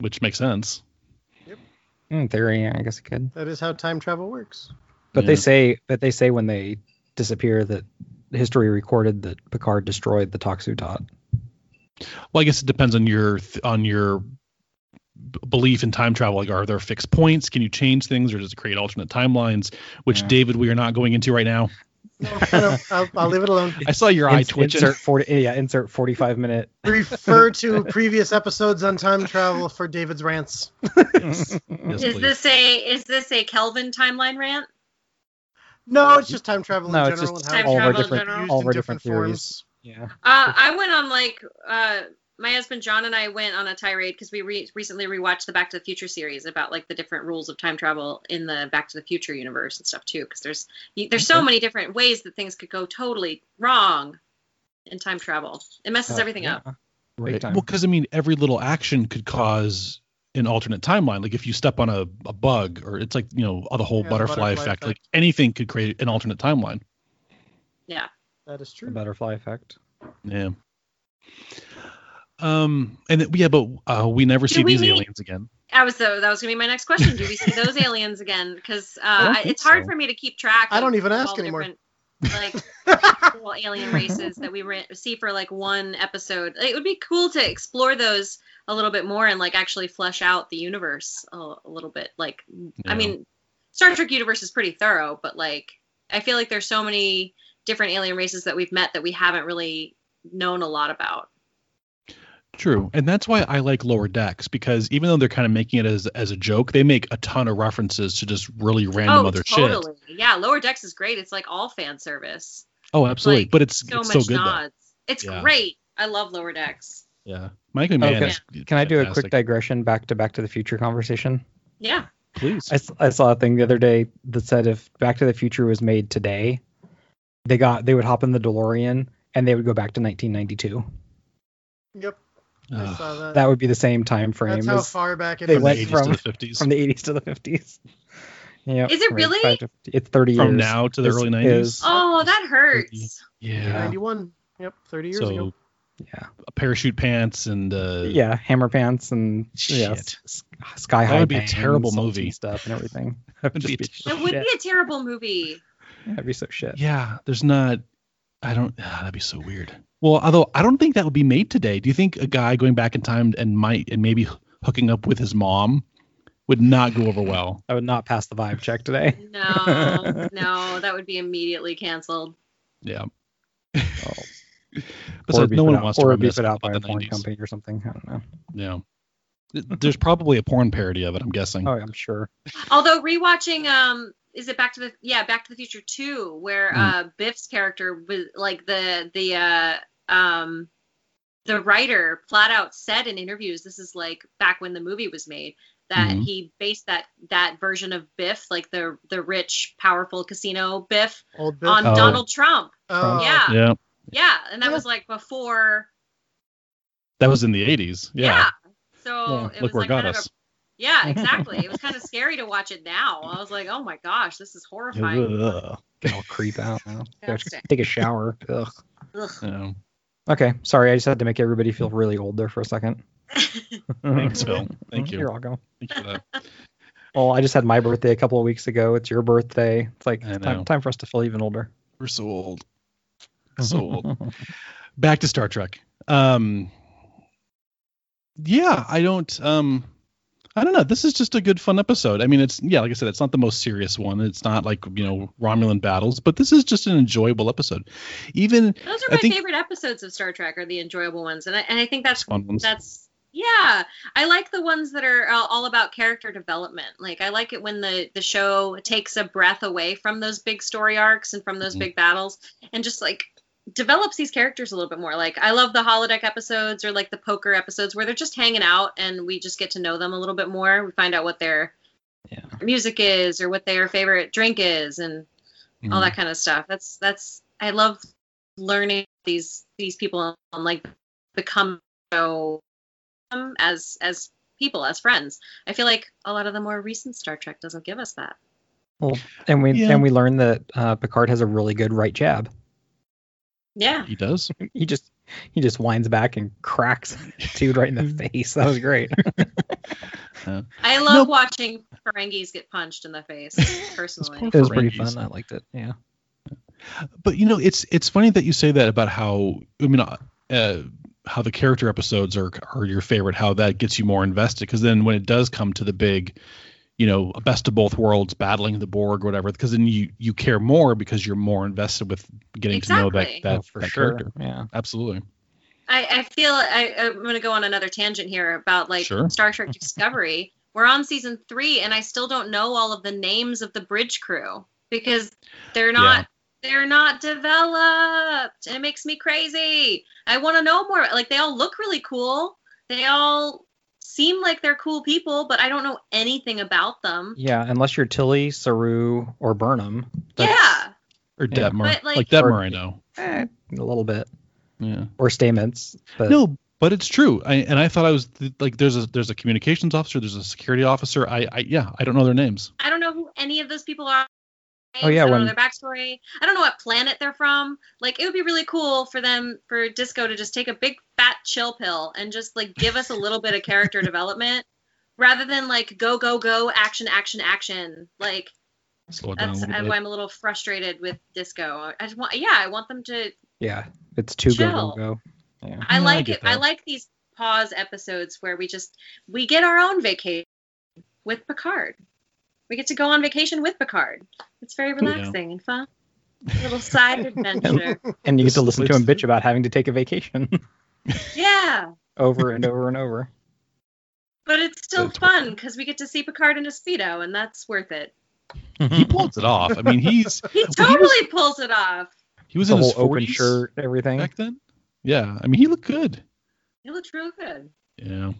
Speaker 2: which makes sense.
Speaker 1: In theory, yeah, I guess it could.
Speaker 3: That is how time travel works.
Speaker 1: But they
Speaker 2: Yeah.
Speaker 1: say, but they say when they disappear that history recorded that Picard destroyed the Toxutot.
Speaker 2: Well, I guess it depends on your th- on your b- belief in time travel. Like, are there fixed points? Can you change things, or does it create alternate timelines? Which,
Speaker 1: Yeah.
Speaker 2: David, we are not going into right now.
Speaker 3: No, no, I'll, I'll leave it alone.
Speaker 2: I saw your eye
Speaker 1: Ins-
Speaker 2: twitching.
Speaker 1: Insert forty, yeah, insert forty-five minute.
Speaker 3: Refer to previous episodes on time travel for David's rants.
Speaker 2: Yes. Yes,
Speaker 4: is
Speaker 2: please.
Speaker 4: this a is this a Kelvin timeline rant?
Speaker 3: No, it's just time travel
Speaker 1: No,
Speaker 3: in
Speaker 1: it's
Speaker 3: general
Speaker 1: just
Speaker 3: and
Speaker 4: Time
Speaker 3: how
Speaker 1: all
Speaker 3: it's
Speaker 1: of our
Speaker 4: travel in
Speaker 1: different
Speaker 4: general.
Speaker 3: used
Speaker 1: all
Speaker 3: in
Speaker 1: of our different theories.
Speaker 3: forms.
Speaker 1: Yeah.
Speaker 4: Uh, I went on like uh, my husband John and I went on a tirade because we re- recently rewatched the Back to the Future series about like the different rules of time travel in the Back to the Future universe and stuff too. Because there's you, there's so
Speaker 1: Okay.
Speaker 4: many different ways that things could go totally wrong in time travel. It messes
Speaker 1: Uh,
Speaker 4: everything
Speaker 1: yeah.
Speaker 4: up.
Speaker 1: Big time.
Speaker 2: Well, because I mean, every little action could cause an alternate timeline. Like if you step on a, a bug, or it's like you know the whole
Speaker 3: Yeah, the
Speaker 2: butterfly,
Speaker 3: butterfly
Speaker 2: effect.
Speaker 3: effect.
Speaker 2: Like anything could create an alternate timeline.
Speaker 3: That is true.
Speaker 1: the butterfly effect.
Speaker 2: Yeah. Um, and it- yeah, but uh, we never
Speaker 4: Do
Speaker 2: see
Speaker 4: we
Speaker 2: these
Speaker 4: need-
Speaker 2: aliens again.
Speaker 4: I was though that was gonna be my next question. Do we see those aliens again? Because uh,
Speaker 2: don't think
Speaker 4: it's hard
Speaker 2: so.
Speaker 4: for me to keep track.
Speaker 3: I
Speaker 4: of
Speaker 3: don't even
Speaker 4: all
Speaker 3: ask
Speaker 4: the
Speaker 3: anymore.
Speaker 4: different, Like cool alien races that we re- see for like one episode. It would be cool to explore those a little bit more and like actually flesh out the universe a, a little bit. Like, I
Speaker 2: Yeah.
Speaker 4: mean, Star Trek universe is pretty thorough, but like, I feel like there's so many different alien races that we've met that we haven't really known a lot about.
Speaker 2: True, and that's why I like lower decks because even though they're kind of making it as as a joke, they make a ton of references to just really random
Speaker 4: oh,
Speaker 2: other shit.
Speaker 4: totally. Yeah, Lower Decks is great. It's like all fan service.
Speaker 2: Oh, absolutely,
Speaker 4: Like,
Speaker 2: but it's
Speaker 4: So
Speaker 2: it's so
Speaker 4: much
Speaker 2: good. though.
Speaker 4: nods. It's
Speaker 2: Yeah.
Speaker 4: great. I love Lower Decks.
Speaker 2: Yeah, Michael Mann.
Speaker 1: Okay.
Speaker 2: is
Speaker 1: Can I do a
Speaker 2: fantastic.
Speaker 1: quick digression back to Back to the Future conversation?
Speaker 4: Yeah.
Speaker 2: Please.
Speaker 1: I, s- I saw a thing the other day that said if Back to the Future was made today, they got they would hop in the DeLorean and they would go back to 1992.
Speaker 3: Yep, I
Speaker 2: Ugh.
Speaker 3: saw that.
Speaker 1: That would be the same time frame
Speaker 3: That's how
Speaker 1: as
Speaker 3: far back it
Speaker 1: they
Speaker 3: is.
Speaker 2: Uh, from
Speaker 1: went
Speaker 2: the
Speaker 1: from-
Speaker 2: 80s to the 50s.
Speaker 1: from
Speaker 2: From,
Speaker 1: the 80s to the 50s. Yeah.
Speaker 4: Is it
Speaker 1: from
Speaker 4: really?
Speaker 1: 85 to 50 It's 30 years.
Speaker 2: now to the
Speaker 1: is-
Speaker 2: early 90s.
Speaker 1: is-
Speaker 4: Oh, that hurts.
Speaker 2: yeah.
Speaker 3: 91. Yep, 30 years
Speaker 2: So
Speaker 3: ago.
Speaker 1: Yeah.
Speaker 2: parachute pants and uh,
Speaker 1: Yeah, hammer pants and yeah,
Speaker 2: Shit.
Speaker 1: s- sky
Speaker 2: That
Speaker 1: high.
Speaker 2: would be a
Speaker 1: bangs,
Speaker 2: terrible
Speaker 1: salty
Speaker 2: movie.
Speaker 1: stuff and everything. That
Speaker 2: would
Speaker 1: would
Speaker 2: be
Speaker 1: just
Speaker 2: a
Speaker 1: be
Speaker 4: It would
Speaker 1: shit.
Speaker 4: be a terrible movie.
Speaker 1: That'd be so shit.
Speaker 2: Yeah, There's not. I don't. ah, that'd be so weird. Well, although I don't think that would be made today. Do you think a guy going back in time and might and maybe hooking up with his mom would not go over well?
Speaker 1: I would not pass the vibe check today.
Speaker 4: No, no, that would be immediately canceled.
Speaker 2: Yeah.
Speaker 1: Oh.
Speaker 2: Besides,
Speaker 1: beef
Speaker 2: no
Speaker 1: it
Speaker 2: one
Speaker 1: out-
Speaker 2: wants to
Speaker 1: or
Speaker 2: reminisce
Speaker 1: beef it out by
Speaker 2: about
Speaker 1: a
Speaker 2: the
Speaker 1: porn
Speaker 2: 90s.
Speaker 1: company or something. I don't know.
Speaker 2: Yeah. Th- There's probably a porn parody of it. I'm guessing.
Speaker 1: Oh, I'm sure.
Speaker 4: Although rewatching, um, is it Back to the yeah Back to the Future Two, where
Speaker 2: Hmm.
Speaker 4: uh, Biff's character was like the the uh, um, the writer flat out said in interviews, this is like back when the movie was made, that
Speaker 2: Mhm.
Speaker 4: he based that that version of Biff, like the the rich, powerful casino Biff,
Speaker 3: Old Biff.
Speaker 4: on
Speaker 2: Oh.
Speaker 4: Donald Trump.
Speaker 3: Oh,
Speaker 4: yeah.
Speaker 2: Yeah.
Speaker 4: Yeah, and that
Speaker 3: Yeah.
Speaker 4: was like before.
Speaker 2: That was in the 80s. Yeah.
Speaker 4: Yeah. So
Speaker 1: Yeah,
Speaker 4: it was
Speaker 2: Look where
Speaker 4: like
Speaker 2: it got
Speaker 4: kind of a
Speaker 2: us.
Speaker 4: Yeah, exactly. it was kind of scary to watch it now. I was like, oh my gosh, this is horrifying.
Speaker 2: Ugh.
Speaker 1: I'll creep out now. Gotta
Speaker 4: Disgusting.
Speaker 1: Take a shower. Ugh.
Speaker 4: Ugh.
Speaker 2: Yeah.
Speaker 1: Okay, sorry. I just had to make everybody feel really old there for a second. Mm-hmm.
Speaker 2: Thanks, Bill. Thank you.
Speaker 1: You're welcome.
Speaker 2: Thank you for that.
Speaker 1: Well, I just had my birthday a couple of weeks ago. It's your birthday. It's like
Speaker 2: I
Speaker 1: it's
Speaker 2: know.
Speaker 1: time, time for us to feel even older.
Speaker 2: We're so old. So old. Back to Star Trek. Um Yeah, I don't um I don't know. This is just a good fun episode. I mean, it's yeah, like I said, it's not the most serious one. It's not like, you know, Romulan battles, but this is just an enjoyable episode. Even
Speaker 4: Those are
Speaker 2: I
Speaker 4: my
Speaker 2: think-
Speaker 4: favorite episodes of Star Trek are the enjoyable ones, and I, and I think that's
Speaker 2: fun ones.
Speaker 4: that's yeah. I like the ones that are uh, all about character development. Like I like it when the the show takes a breath away from those big story arcs and from those
Speaker 2: Mhm.
Speaker 4: big battles, and just like develops these characters a little bit more. Like I love the holodeck episodes or like the poker episodes where they're just hanging out and we just get to know them a little bit more. We find out what their
Speaker 1: Yeah.
Speaker 4: music is or what their favorite drink is and all that kind of stuff. That's that's I love learning these these people and like become so um, as as people as friends. I feel like a lot of the more recent Star Trek doesn't give us that.
Speaker 1: and we
Speaker 2: Yeah.
Speaker 1: and we learned that uh, Picard has a really good right jab.
Speaker 4: Yeah,
Speaker 2: He does.
Speaker 1: He just he just winds back and cracks dude right in the face. That was great.
Speaker 4: I love
Speaker 2: Nope.
Speaker 4: watching Ferengis get punched in the face personally.
Speaker 1: It was pretty
Speaker 2: Ferengis.
Speaker 1: fun. I liked it. Yeah.
Speaker 2: But you know, it's it's funny that you say that about how I mean, uh, uh, how the character episodes are are your favorite. How that gets you more invested because then when it does come to the big, you know, best of both worlds, battling the Borg, or whatever, because then you you care more because you're more invested with getting to know that
Speaker 4: Exactly.
Speaker 2: that,
Speaker 1: Oh,
Speaker 2: that character.
Speaker 1: Yeah.
Speaker 2: Absolutely.
Speaker 4: I, I feel I, I'm going to go on another tangent here about like
Speaker 2: Sure.
Speaker 4: Star Trek Discovery. We're on season three, and I still don't know all of the names of the bridge crew. because they're not they're not developed. It makes me crazy. I want to know more. Like they all look really cool. They all seem like they're cool people, but I don't know anything about them.
Speaker 1: Yeah, unless you're Tilly, Saru, or Burnham.
Speaker 4: yeah.
Speaker 2: or
Speaker 1: Yeah.
Speaker 2: Detmer.
Speaker 4: But,
Speaker 2: like,
Speaker 4: like-
Speaker 2: Detmer, I know.
Speaker 1: yeah, a little bit.
Speaker 2: Yeah.
Speaker 1: Or Stamens. But
Speaker 2: No, but it's true. I, and I thought I was th- like, there's a there's a communications officer, there's a security officer. I, I yeah, I don't know their names.
Speaker 4: I don't know who any of those people are.
Speaker 1: Oh, yeah,
Speaker 4: I don't
Speaker 1: when-
Speaker 4: know their backstory. I don't know what planet they're from. Like it would be really cool for them for Disco to just take a big fat chill pill and just like give us a little bit of character development rather than like go go go action action action. Like
Speaker 2: Slow it down a
Speaker 4: that's
Speaker 2: little
Speaker 4: I,
Speaker 2: bit.
Speaker 4: I'm a little frustrated with Disco. I just want yeah, I want them to
Speaker 1: yeah, it's too good
Speaker 4: Chill.
Speaker 1: go go. Yeah.
Speaker 4: I
Speaker 2: Yeah, I
Speaker 4: like
Speaker 2: get
Speaker 4: it. I
Speaker 2: that.
Speaker 4: like these pause episodes where we just we get our own vacation with Picard. We get to go on vacation with Picard. It's very relaxing and fun. Little side adventure.
Speaker 1: And you get to
Speaker 2: This
Speaker 1: listen to
Speaker 2: place-
Speaker 1: him bitch about having to take a vacation
Speaker 4: yeah,
Speaker 1: over and over and over.
Speaker 4: but it's still
Speaker 2: That's
Speaker 4: fun because we get to see Picard in a speedo, and that's worth it.
Speaker 2: he pulls it off. I mean, he's
Speaker 4: He
Speaker 2: Well,
Speaker 4: totally
Speaker 2: he was-
Speaker 4: pulls it off.
Speaker 2: he was
Speaker 1: the
Speaker 2: in his
Speaker 1: whole open
Speaker 2: 40s
Speaker 1: shirt, everything.
Speaker 2: back then. Yeah, I mean, he looked good.
Speaker 4: He looks real good.
Speaker 2: Yeah.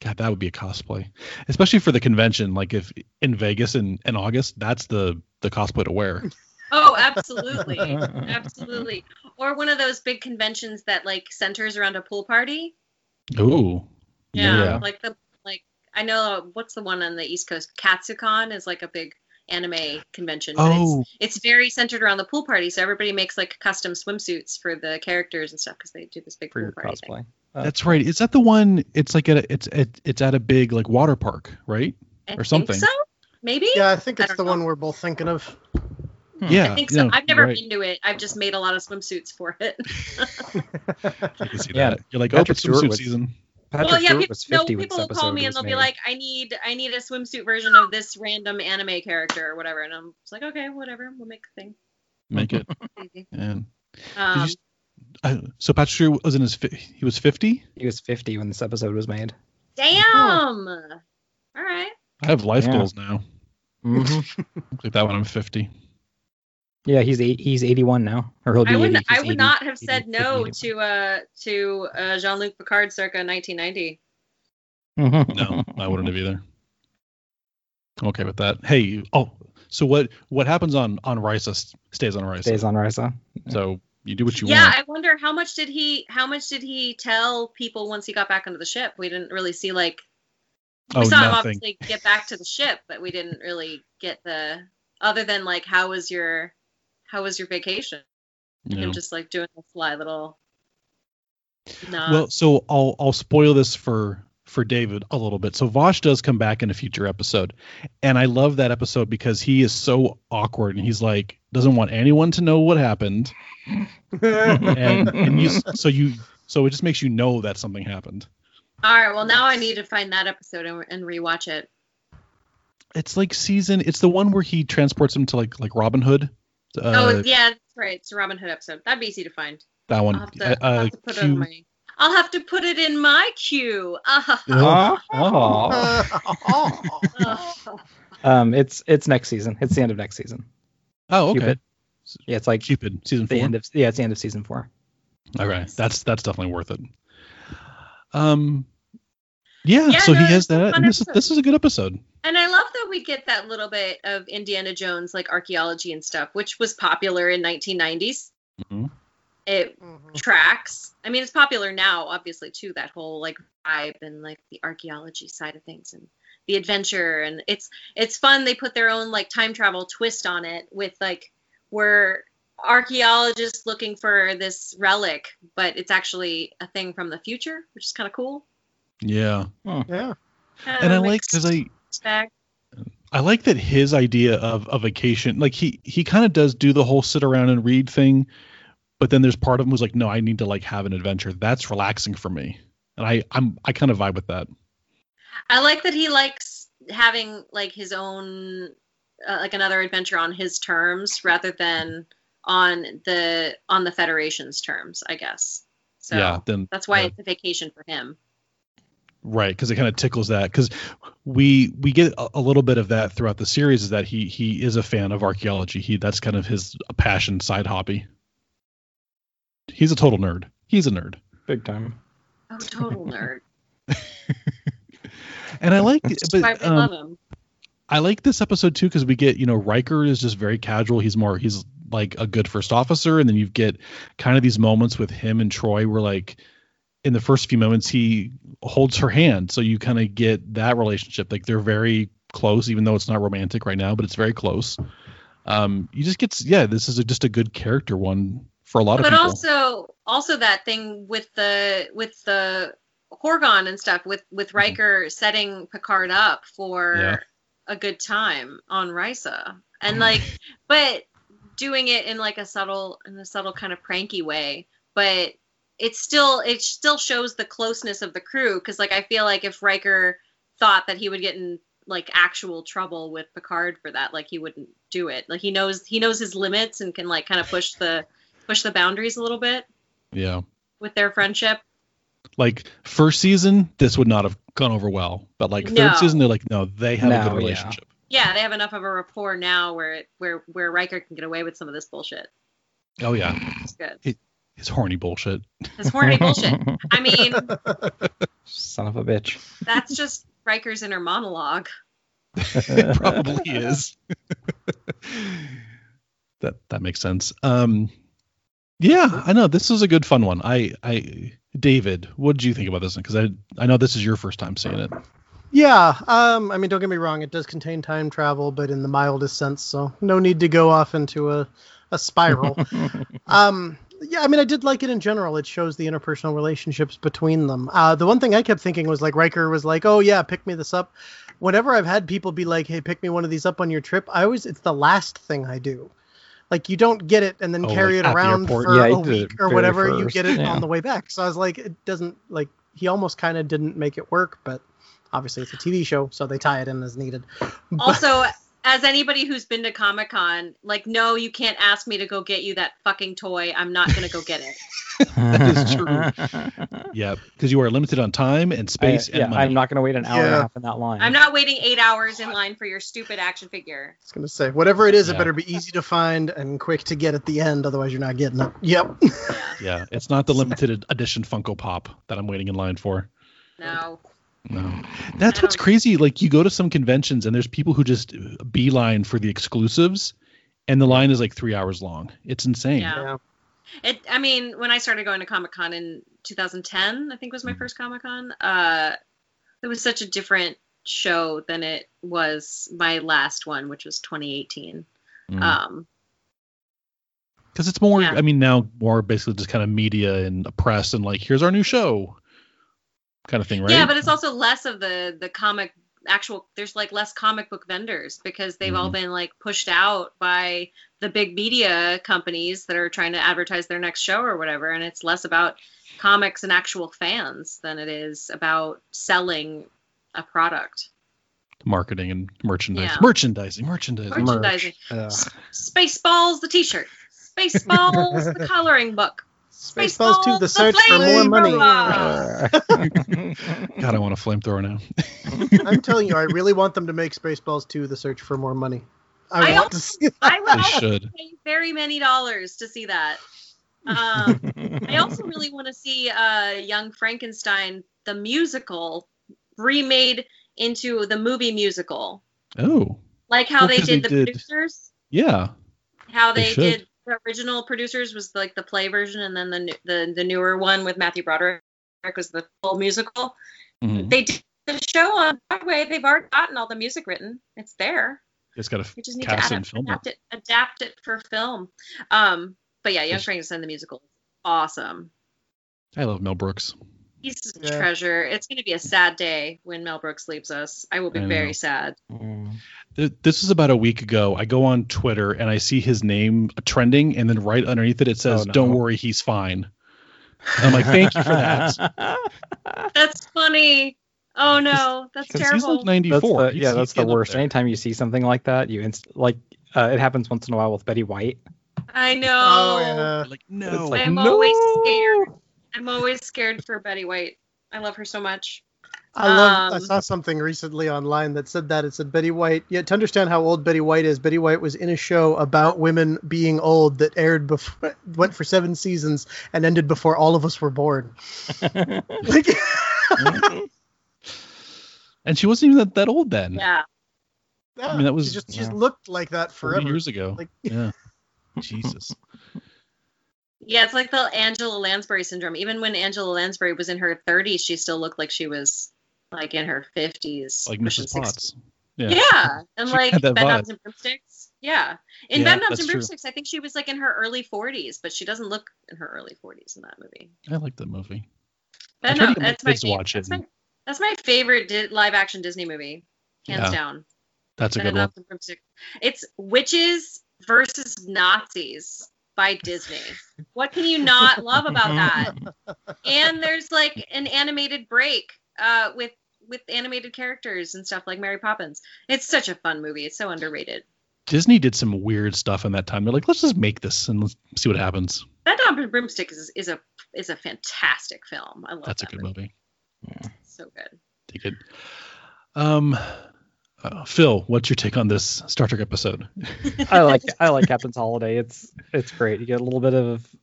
Speaker 2: God, that would be a cosplay, especially for the convention. Like if in Vegas in, in August, that's the the cosplay to wear.
Speaker 4: Oh, absolutely, absolutely. Or one of those big conventions that like centers around a pool party.
Speaker 2: Ooh.
Speaker 4: Yeah,
Speaker 2: Yeah.
Speaker 4: like the like I know uh, what's the one on the East Coast? Katsukon is like a big anime convention. but
Speaker 2: Oh.
Speaker 4: it's, it's very centered around the pool party, so everybody makes like custom swimsuits for the characters and stuff because they do this big
Speaker 1: For
Speaker 4: pool
Speaker 1: your
Speaker 4: party thing.
Speaker 1: cosplay.
Speaker 2: That's right. Is that the one? It's like at a, it's at, it's at a big like water park, right?
Speaker 4: I
Speaker 2: Or
Speaker 4: think
Speaker 2: something.
Speaker 4: so maybe.
Speaker 3: Yeah, I think
Speaker 4: I
Speaker 3: it's
Speaker 4: don't
Speaker 3: the
Speaker 4: know.
Speaker 3: one we're both thinking of.
Speaker 1: Hmm.
Speaker 2: Yeah.
Speaker 4: I think so.
Speaker 2: no,
Speaker 4: I've never
Speaker 2: right.
Speaker 4: been to it. I've just made a lot of swimsuits for it.
Speaker 3: Uh,
Speaker 2: I can see
Speaker 1: Yeah.
Speaker 2: that. You're like, oh,
Speaker 1: Patrick
Speaker 2: it's
Speaker 1: Stewart
Speaker 2: swimsuit
Speaker 1: was-
Speaker 2: season.
Speaker 1: Patrick
Speaker 4: well, yeah,
Speaker 1: Stewart
Speaker 4: people,
Speaker 1: was
Speaker 4: no,
Speaker 1: 50 when
Speaker 4: people
Speaker 1: this
Speaker 4: will call
Speaker 1: episode
Speaker 4: me and
Speaker 1: was
Speaker 4: they'll be
Speaker 1: made.
Speaker 4: like, "I need, I need a swimsuit version of this random anime character or whatever," and I'm just like, "Okay, whatever, we'll make the thing."
Speaker 2: Make it.
Speaker 4: Easy.
Speaker 2: Man. Did you
Speaker 4: Um,
Speaker 2: s-
Speaker 1: oh.
Speaker 2: I- so Patrick Stewart was in his fi- he was 50.
Speaker 1: he was 50 when this episode was made.
Speaker 4: damn. All right.
Speaker 2: I have life
Speaker 1: Yeah.
Speaker 2: goals now. Mm-hmm. Looks like that when I'm 50.
Speaker 1: Yeah, he's eight, he's 81 now, or he'll be
Speaker 4: I would
Speaker 1: 80,
Speaker 4: I
Speaker 1: he's
Speaker 4: would
Speaker 1: 80.
Speaker 4: not have said
Speaker 1: 80,
Speaker 4: no
Speaker 1: 50,
Speaker 4: to uh to uh, Jean Luc Picard circa 1990.
Speaker 2: No, I wouldn't have either. I'm okay with that. Hey, you- oh, so what what happens on on Risa s- stays on Risa.
Speaker 1: Stays on Risa.
Speaker 2: So you do what you
Speaker 4: Yeah,
Speaker 2: want.
Speaker 4: I wonder how much did he how much did he tell people once he got back onto the ship? We didn't really see like we
Speaker 2: oh,
Speaker 4: saw him
Speaker 2: nothing.
Speaker 4: obviously get back to the ship, but we didn't really get the other than like how was your how was your vacation?
Speaker 2: Yeah.
Speaker 4: Him just like doing a sly little nod.
Speaker 2: Well, so I'll I'll spoil this for for David a little bit. So Vosh does come back in a future episode, and I love that episode because he is so awkward and he's like doesn't want anyone to know what happened, and, and you s- so you so it just makes you know that something happened.
Speaker 4: All right, well now I need to find that episode and, and rewatch it.
Speaker 2: It's like season. It's the one where he transports him to like like Robin Hood.
Speaker 4: oh
Speaker 2: Uh,
Speaker 4: yeah, that's right. It's a Robin Hood episode. That'd be easy to find.
Speaker 2: that one.
Speaker 4: I'll have to,
Speaker 2: Uh,
Speaker 4: I'll
Speaker 2: uh,
Speaker 4: have to put it
Speaker 2: Q-
Speaker 4: in my. I'll have to put it in my queue. Ah,
Speaker 2: Oh,
Speaker 1: Aw. Aw.
Speaker 3: oh.
Speaker 4: Ah.
Speaker 1: Um, it's it's next season. It's the end of next season.
Speaker 2: Oh, okay.
Speaker 1: Cupid. Yeah, it's like
Speaker 2: Cupid season
Speaker 1: the
Speaker 2: four.
Speaker 1: end of yeah, it's the end of season four.
Speaker 2: Okay, that's that's definitely worth it. Um, yeah.
Speaker 4: Yeah,
Speaker 2: so
Speaker 4: no,
Speaker 2: he
Speaker 4: it's
Speaker 2: has that,
Speaker 4: a fun
Speaker 2: and this is
Speaker 4: episode.
Speaker 2: this is a good episode.
Speaker 4: and I love that we get that little bit of Indiana Jones like archaeology and stuff, which was popular in 1990s.
Speaker 2: Mhm.
Speaker 4: It
Speaker 3: Mm-hmm.
Speaker 4: tracks. I mean, it's popular now, obviously, too. That whole like vibe and like the archaeology side of things and the adventure, and it's it's fun. They put their own like time travel twist on it with like we're archaeologists looking for this relic, but it's actually a thing from the future, which is kind of cool.
Speaker 2: Yeah,
Speaker 3: yeah.
Speaker 4: Kinda
Speaker 2: and I like
Speaker 4: mixed
Speaker 2: because I
Speaker 4: bag.
Speaker 2: I like that his idea of a vacation. Like he he kind of does do the whole sit around and read thing, but then there's part of him who's like, no, I need to like have an adventure. That's relaxing for me, and I I'm I kind of vibe with that.
Speaker 4: I like that he likes having like his own uh, like another adventure on his terms rather than on the on the Federation's terms, I guess. So
Speaker 2: yeah. Then
Speaker 4: that's why
Speaker 2: yeah.
Speaker 4: it's a vacation for him.
Speaker 2: right because it kind of tickles that because we we get a, a little bit of that throughout the series is that he he is a fan of archaeology he that's kind of his passion side hobby he's a total nerd he's a nerd
Speaker 1: Big time.
Speaker 4: Oh, total nerd.
Speaker 2: and i like it,
Speaker 4: That's why
Speaker 2: but
Speaker 4: we
Speaker 2: um,
Speaker 4: love him.
Speaker 2: I like this episode too because we get you know Riker is just very casual. He's more he's like a good first officer, and then you get kind of these moments with him and Troy where like in the first few moments he holds her hand, so you kind of get that relationship. Like they're very close, even though it's not romantic right now, but it's very close. Um, you just get yeah, this is a, just a good character one for a lot of
Speaker 4: But
Speaker 2: people.
Speaker 4: also, also that thing with the with the Horgon and stuff with with Riker setting Picard up for
Speaker 2: Yeah.
Speaker 4: a good time on Risa, and like, but doing it in like a subtle in a subtle kind of pranky way, but it still it still shows the closeness of the crew because like I feel like if Riker thought that he would get in like actual trouble with Picard for that, like he wouldn't do it. Like he knows he knows his limits and can like kind of push the push the boundaries a little bit
Speaker 2: yeah,
Speaker 4: with their friendship.
Speaker 2: like first season this would not have gone over well, but like third
Speaker 4: No.
Speaker 2: season they're like no, they have a
Speaker 1: No,
Speaker 2: good
Speaker 1: yeah.
Speaker 2: relationship.
Speaker 4: Yeah, they have enough of a rapport now where it where where Riker can get away with some of this bullshit.
Speaker 2: Oh yeah,
Speaker 4: It's good.
Speaker 2: it's horny bullshit.
Speaker 4: It's horny bullshit. I mean,
Speaker 1: Son of a bitch.
Speaker 4: that's just Riker's inner monologue.
Speaker 2: it probably is. that that makes sense. Um, yeah, I know this was a good fun one. I I David, what did you think about this one? Because I I know this is your first time seeing it.
Speaker 3: Yeah, um, I mean, don't get me wrong, it does contain time travel, but in the mildest sense, so no need to go off into a, a spiral. um, yeah, I mean, I did like it in general. It shows the interpersonal relationships between them. Uh, the one thing I kept thinking was like Riker was like, oh, yeah, pick me this up. Whenever I've had people be like, hey, pick me one of these up on your trip, I always, it's the last thing I do. Like, you don't get it and then
Speaker 2: Oh,
Speaker 3: carry
Speaker 2: like
Speaker 3: it
Speaker 2: at the
Speaker 3: around
Speaker 2: airport.
Speaker 3: for
Speaker 1: Yeah, he
Speaker 3: a
Speaker 1: did it
Speaker 3: week or
Speaker 1: very
Speaker 3: whatever. You
Speaker 1: first,
Speaker 3: get it
Speaker 1: yeah.
Speaker 3: on the way back. So I was like, it doesn't, like, he almost kind of didn't make it work, but obviously it's a TV show, so they tie it in as needed.
Speaker 4: Also, as anybody who's been to Comic Con, like, no, you can't ask me to go get you that fucking toy. I'm not gonna go get it.
Speaker 2: is Yeah, because you are limited on time and space
Speaker 1: I, yeah,
Speaker 2: and money.
Speaker 1: I'm not going to wait an hour and
Speaker 3: Yeah.
Speaker 1: a half in that line.
Speaker 4: I'm not waiting eight hours in line for your stupid action figure.
Speaker 3: I was gonna say whatever it is,
Speaker 2: Yeah.
Speaker 3: it better be easy to find and quick to get at the end. Otherwise, you're not getting it. Yep.
Speaker 4: Yeah,
Speaker 2: yeah, it's not the limited edition Funko Pop that I'm waiting in line for.
Speaker 4: no.
Speaker 2: No, that's what's
Speaker 4: Um,
Speaker 2: crazy. Like you go to some conventions and there's people who just beeline for the exclusives, and the line is like three hours long. It's insane.
Speaker 4: Yeah. It. I mean, when I started going to Comic Con in 2010, I think was
Speaker 2: Mm-hmm.
Speaker 4: my first Comic Con. Uh, it was such a different show than it was my last one, which was 2018.
Speaker 1: Uh,
Speaker 2: Mm.
Speaker 4: Um,
Speaker 2: because it's more
Speaker 4: Yeah.
Speaker 2: i mean now more basically just kind of media and press and like here's our new show kind of thing right
Speaker 4: Yeah, but it's also less of the the comic actual. There's like less comic book vendors because they've all
Speaker 2: Mm-hmm.
Speaker 4: been like pushed out by the big media companies that are trying to advertise their next show or whatever. And it's less about comics and actual fans than it is about selling a product.
Speaker 2: marketing and merchandise
Speaker 4: Yeah.
Speaker 2: merchandising merchandising mer-
Speaker 4: Merch. merchandising.
Speaker 1: Ugh.
Speaker 4: Spaceballs, the T-shirt. Spaceballs, the coloring book.
Speaker 3: Spaceballs two:
Speaker 4: Spaceballs,
Speaker 3: The Search for More
Speaker 4: Flame
Speaker 3: Money.
Speaker 4: Robot.
Speaker 2: god i want a flamethrower now
Speaker 3: I'm telling you, I really want them to make Spaceballs two: The Search for More Money. I,
Speaker 4: I
Speaker 3: want
Speaker 4: also-
Speaker 3: to see.
Speaker 4: I will
Speaker 2: they
Speaker 4: also
Speaker 2: should
Speaker 4: pay very many dollars to see that. Um, I also really want to see uh, Young Frankenstein, the musical, remade into the movie musical,
Speaker 2: oh
Speaker 4: like how
Speaker 2: Well,
Speaker 4: they
Speaker 2: 'cause
Speaker 4: did
Speaker 2: they
Speaker 4: the
Speaker 2: did-
Speaker 4: producers.
Speaker 2: yeah
Speaker 4: How
Speaker 2: They
Speaker 4: they,
Speaker 2: should.
Speaker 4: did the original producers was like the play version, and then the new- the, the newer one with Matthew Broderick was the full musical.
Speaker 2: Mhm.
Speaker 4: They did the show on Broadway. They've already gotten all the music written. It's there.
Speaker 2: it's got a f-
Speaker 4: We just need
Speaker 2: Cast
Speaker 4: to
Speaker 2: and
Speaker 4: adapt,
Speaker 2: film
Speaker 4: adapt it, adapt it for film. Um, but yeah, Young
Speaker 2: Yes.
Speaker 4: Frankenstein the musical, is awesome.
Speaker 2: i love mel brooks
Speaker 4: He's a
Speaker 3: Yeah.
Speaker 4: treasure. It's going to be a sad day when Mel Brooks leaves us. I will be
Speaker 2: I know.
Speaker 4: very sad.
Speaker 1: Mm.
Speaker 2: Th- this was about a week ago i go on twitter and i see his name trending and then right underneath it it says
Speaker 1: Oh, no.
Speaker 2: don't worry he's fine And i'm like thank you for that
Speaker 4: That's funny. Oh no, that's
Speaker 2: because he's
Speaker 4: terrible.
Speaker 2: like 94
Speaker 1: That's the,
Speaker 2: He's-
Speaker 1: yeah,
Speaker 2: he's
Speaker 1: that's the
Speaker 2: getting up
Speaker 1: worst.
Speaker 2: there.
Speaker 1: Anytime you see something like that, you inst- like uh, it happens once in a while with Betty White.
Speaker 4: I know.
Speaker 3: Oh, yeah.
Speaker 2: like no
Speaker 1: It's like
Speaker 4: I'm
Speaker 1: no.
Speaker 4: always scared. I'm always scared for Betty White. I love her so much.
Speaker 3: I love. I
Speaker 4: Um,
Speaker 3: saw something recently online that said that it said Betty White. Yeah, to understand how old Betty White is, Betty White was in a show about women being old that aired before went for seven seasons and ended before all of us were born. Like,
Speaker 2: and she wasn't even that, that old then.
Speaker 4: Yeah.
Speaker 3: I
Speaker 2: mean, that was-
Speaker 3: she just just
Speaker 1: yeah.
Speaker 3: looked like that
Speaker 2: 40
Speaker 3: forever.
Speaker 2: years ago.
Speaker 3: Like-
Speaker 2: yeah. Jesus.
Speaker 4: Yeah, it's like the Angela Lansbury syndrome. Even when Angela Lansbury was in her 30s, she still looked like she was like in her 50s.
Speaker 2: Like
Speaker 4: pushing
Speaker 2: Mrs. Potts.
Speaker 4: 60s. Yeah. And
Speaker 2: She
Speaker 4: like
Speaker 2: had that
Speaker 4: Bedknobs
Speaker 2: vibe.
Speaker 4: and Broomsticks. Yeah. In
Speaker 2: Yeah,
Speaker 4: Bedknobs
Speaker 2: that's
Speaker 4: and
Speaker 2: true.
Speaker 4: Broomsticks, I think she was like in her early 40s, but she doesn't look in her early 40s in that movie.
Speaker 2: I like that movie. I
Speaker 4: But
Speaker 2: tried
Speaker 4: no,
Speaker 2: to get my
Speaker 4: that's my,
Speaker 2: kids to
Speaker 4: fav-
Speaker 2: watch it
Speaker 4: that's, my,
Speaker 2: and-
Speaker 4: that's my favorite di- live action Disney movie, hands
Speaker 2: Yeah.
Speaker 4: down.
Speaker 2: That's a good one.
Speaker 4: Bedknobs and Broomsticks. It's Witches versus Nazis by Disney. what can you not love about that? And there's like an animated break uh, with with animated characters and stuff like Mary Poppins. It's such a fun movie. It's so underrated.
Speaker 2: Disney did some weird stuff in that time. They're like, let's just make this and let's see what happens.
Speaker 4: Bedknobs and Broomsticks is, is a is a fantastic film. I love
Speaker 2: That's a
Speaker 4: that
Speaker 2: good
Speaker 4: movie.
Speaker 2: movie.
Speaker 4: So good.
Speaker 2: Take it. Um, uh, Phil, what's your take on this Star Trek episode?
Speaker 1: I like I like Captain's Holiday. It's it's great. You get a little bit of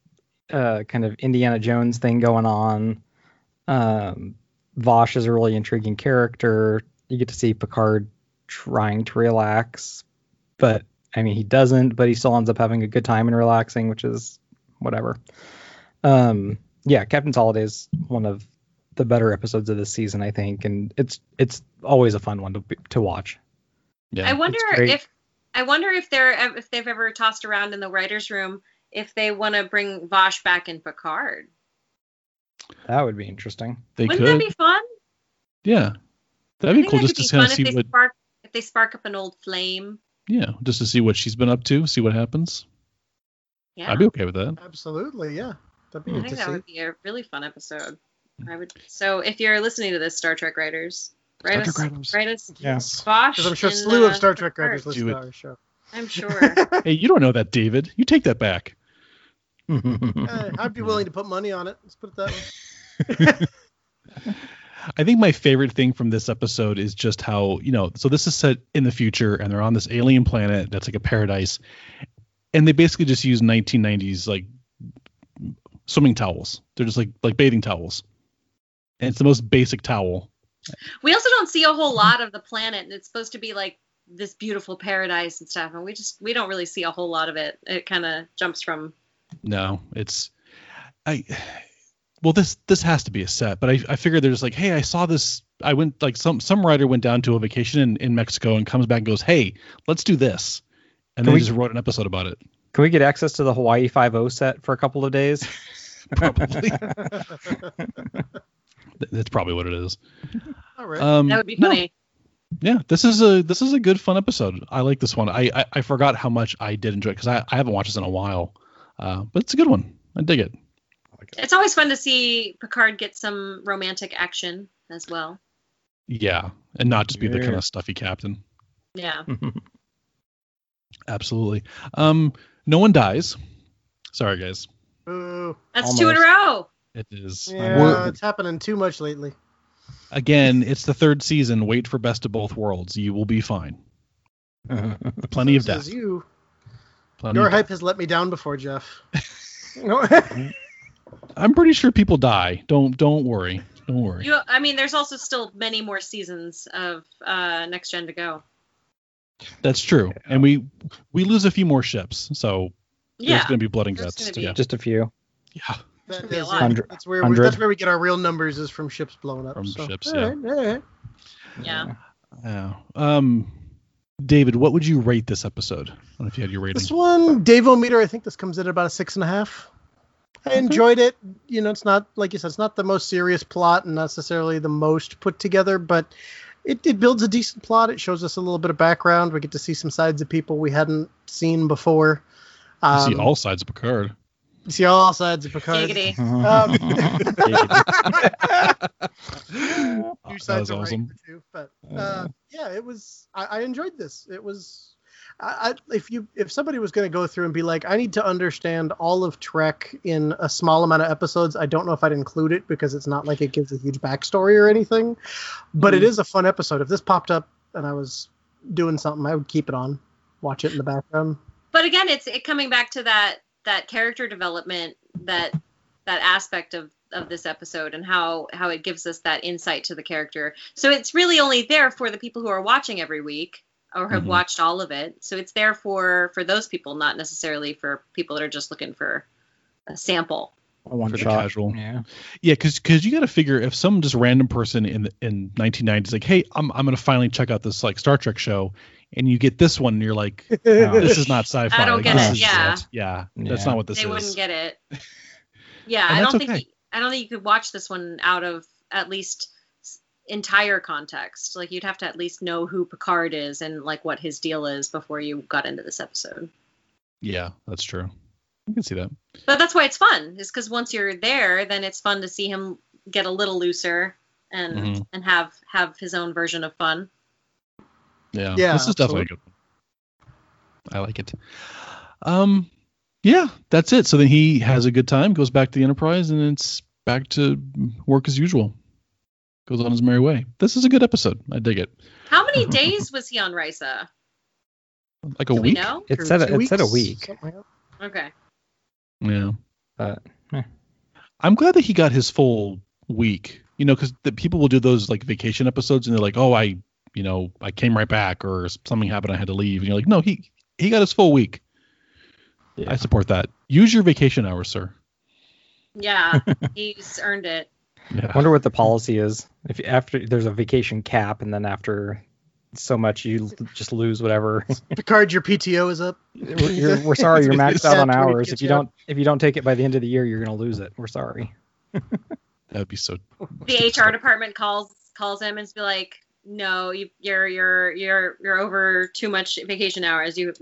Speaker 1: uh, kind of Indiana Jones thing going on. Um, Vosh is a really intriguing character. You get to see Picard trying to relax, but I mean he doesn't. But he still ends up having a good time and relaxing, which is whatever. Um, yeah, Captain's Holiday is one of the better episodes of this season, I think, and it's it's always a fun one to be- to watch.
Speaker 2: Yeah.
Speaker 4: I wonder
Speaker 1: great.
Speaker 4: if I wonder if they're if they've ever tossed around in the writers' room if they want to bring Vosh back in Picard.
Speaker 1: That would be interesting.
Speaker 2: they
Speaker 4: Wouldn't
Speaker 2: could.
Speaker 4: that be fun?
Speaker 2: yeah.
Speaker 4: I
Speaker 2: That'd be
Speaker 4: think
Speaker 2: cool just
Speaker 4: that
Speaker 2: to
Speaker 4: could be
Speaker 2: kind of
Speaker 4: fun
Speaker 2: see
Speaker 4: if they
Speaker 2: what,
Speaker 4: spark if they spark up an old flame.
Speaker 2: yeah, just to see what she's been up to, see what happens.
Speaker 4: Yeah,
Speaker 2: I'd be okay with that.
Speaker 3: Absolutely, yeah. That'd be
Speaker 4: I
Speaker 3: good
Speaker 4: think
Speaker 3: to
Speaker 4: that
Speaker 3: see.
Speaker 4: would be a really fun episode. I would. So if you're listening to this, Star Trek writers, write
Speaker 2: Star Trek writers.
Speaker 4: us, write us,
Speaker 1: Yes.
Speaker 4: Vosh.
Speaker 3: Because I'm sure a
Speaker 4: and,
Speaker 3: slew
Speaker 4: uh,
Speaker 3: of Star Trek writers
Speaker 4: Picard.
Speaker 2: Do
Speaker 3: listen to
Speaker 2: it.
Speaker 3: our show.
Speaker 4: I'm sure.
Speaker 2: Hey, you don't know that, David. You take that back.
Speaker 3: Eh, I'd be willing to put money on it. Let's put it that way.
Speaker 2: I think my favorite thing from this episode is just how, you know, so this is set in the future and they're on this alien planet that's like a paradise. And they basically just use 1990s like swimming towels. They're just like like bathing towels. And it's the most basic towel.
Speaker 4: we also don't see a whole lot of the planet, and it's supposed to be like this beautiful paradise and stuff, and we just we don't really see a whole lot of it. It kind of jumps from
Speaker 2: No, it's I well this this has to be a set, but I I figure they're just like, "Hey, I saw this I went like some some writer went down to a vacation in, in Mexico and comes back and goes, "Hey, let's do this." And
Speaker 1: Can
Speaker 2: they
Speaker 1: we-
Speaker 2: just wrote an episode about it.
Speaker 1: Can we get access to the Hawaii Five O set for a couple of days?
Speaker 2: Probably. Th- That's probably what it is.
Speaker 3: All right.
Speaker 2: Um,
Speaker 4: that would be
Speaker 2: no,
Speaker 4: funny.
Speaker 2: yeah, this is a this is a good fun episode. I like this one. I I, I forgot how much I did enjoy it because I, I haven't watched this in a while, uh, but it's a good one. I dig it.
Speaker 4: It's always fun to see Picard get some romantic action as well.
Speaker 2: Yeah, and not just be the
Speaker 1: Yeah.
Speaker 2: kind of stuffy captain.
Speaker 4: Yeah.
Speaker 2: Absolutely. Um, no one dies. Sorry guys,
Speaker 3: Boo.
Speaker 4: That's two in a
Speaker 1: Almost.
Speaker 4: row.
Speaker 2: it is
Speaker 3: Yeah,
Speaker 2: we're-
Speaker 3: it's happening too much lately.
Speaker 2: again. It's the third season. Wait for best of both worlds. You will be fine. Plenty of
Speaker 3: So
Speaker 2: death.
Speaker 3: says you.
Speaker 2: Plenty
Speaker 3: Your
Speaker 2: of death.
Speaker 3: hype has let me down before, Jeff. No.
Speaker 2: I'm pretty sure people die. Don't don't worry. Don't worry.
Speaker 4: You, I mean, there's also still many more seasons of uh, Next Gen to go.
Speaker 2: That's true. And we we lose a few more ships, so there's
Speaker 4: Yeah.
Speaker 2: going to be blood and
Speaker 4: There's
Speaker 2: guts.
Speaker 4: gonna be-
Speaker 2: Yeah.
Speaker 1: Just a few.
Speaker 2: yeah,
Speaker 3: That
Speaker 4: Should be a
Speaker 3: is
Speaker 4: lot.
Speaker 3: it.
Speaker 1: Hundred-
Speaker 3: That's where we,
Speaker 1: hundred.
Speaker 3: that's where we get our real numbers is from ships blown up.
Speaker 2: From
Speaker 3: so.
Speaker 2: ships,
Speaker 3: All
Speaker 2: yeah.
Speaker 3: right, all right.
Speaker 4: Yeah.
Speaker 2: yeah. Um, David, what would you rate this episode? I don't know if you had your rating.
Speaker 3: This one, Davometer, I think this comes in at about a six and a half. I enjoyed it. You know, it's not like you said, it's not the most serious plot and necessarily the most put together, but it, it builds a decent plot. It shows us a little bit of background. We get to see some sides of people we hadn't seen before.
Speaker 2: You
Speaker 3: Um,
Speaker 2: see all sides of Picard.
Speaker 3: see all sides of Picard.
Speaker 4: Giggity.
Speaker 1: Mm-hmm.
Speaker 3: Um,
Speaker 2: That
Speaker 3: two sides
Speaker 2: was
Speaker 3: of
Speaker 1: Uh,
Speaker 2: awesome.
Speaker 3: uh, awesome. But uh, yeah, it was. I, I enjoyed this. It was. I, I, if you if somebody was going to go through and be like, I need to understand all of Trek in a small amount of episodes, I don't know if I'd include it because it's not like it gives a huge backstory or anything. But
Speaker 1: Mm-hmm.
Speaker 3: it is a fun episode. If this popped up and I was doing something, I would keep it on, watch it in the background.
Speaker 4: But again, it's it coming back to that that character development that that aspect of of this episode and how how it gives us that insight to the character. So it's really only there for the people who are watching every week or have
Speaker 2: Mhm.
Speaker 4: watched all of it. So it's there for for those people, not necessarily for people that are just looking for a sample.
Speaker 1: A one
Speaker 2: For the
Speaker 1: shot.
Speaker 2: casual.
Speaker 1: Yeah.
Speaker 2: Yeah, because you got to figure if some just random person in the, in 1990 is like, hey, I'm I'm gonna finally check out this like Star Trek show, and you get this one, and you're like, this is not sci-fi.
Speaker 4: I don't
Speaker 2: Like,
Speaker 4: get
Speaker 2: this
Speaker 1: it,
Speaker 2: is-
Speaker 4: yeah.
Speaker 2: yeah, that's
Speaker 1: Yeah.
Speaker 2: not what this
Speaker 4: they
Speaker 2: is.
Speaker 4: wouldn't get it. Yeah,
Speaker 2: And
Speaker 4: I
Speaker 2: that's
Speaker 4: don't think
Speaker 2: okay.
Speaker 4: you- I don't think you could watch this one out of at least s- entire context. Like you'd have to at least know who Picard is and like what his deal is before you got into this episode.
Speaker 2: yeah, that's true. You can see that.
Speaker 4: But that's why it's fun. Is because once you're there, then it's fun to see him get a little looser and
Speaker 2: Mhm.
Speaker 4: and have have his own version of fun.
Speaker 2: Yeah,
Speaker 3: Yeah,
Speaker 2: this is definitely a good one. I like it. Um, yeah, that's it. So then he has a good time, goes back to the Enterprise, and it's back to work as usual. Goes on his merry way. This is a good episode. I dig it.
Speaker 4: How many days was he on Risa?
Speaker 2: Like a
Speaker 4: Do we
Speaker 2: week.
Speaker 4: know?
Speaker 1: It said it said a week.
Speaker 4: Okay.
Speaker 2: Yeah.
Speaker 1: But, eh.
Speaker 2: I'm glad that he got his full week. You know, because the people will do those like vacation episodes, and they're like, "Oh, I, you know, I came right back, or something happened, I had to leave." And you're like, "No, he he got his full week." I support that. Use your vacation hours, sir.
Speaker 4: Yeah, he's earned it.
Speaker 2: Yeah.
Speaker 1: Wonder what the policy is. If after there's a vacation cap, and then after so much, you l- just lose whatever.
Speaker 3: Picard, your PTO is up.
Speaker 1: We're, you're, we're sorry, you're maxed out
Speaker 3: Yeah,
Speaker 1: on
Speaker 3: twenty
Speaker 1: hours.
Speaker 3: kids,
Speaker 1: If you
Speaker 3: yeah.
Speaker 1: don't, if you don't take it by the end of the year, you're gonna lose it. We're sorry.
Speaker 2: That'd be so.
Speaker 4: the HR department calls calls him and be like, "No, you, you're you're you're you're over too much vacation hours. You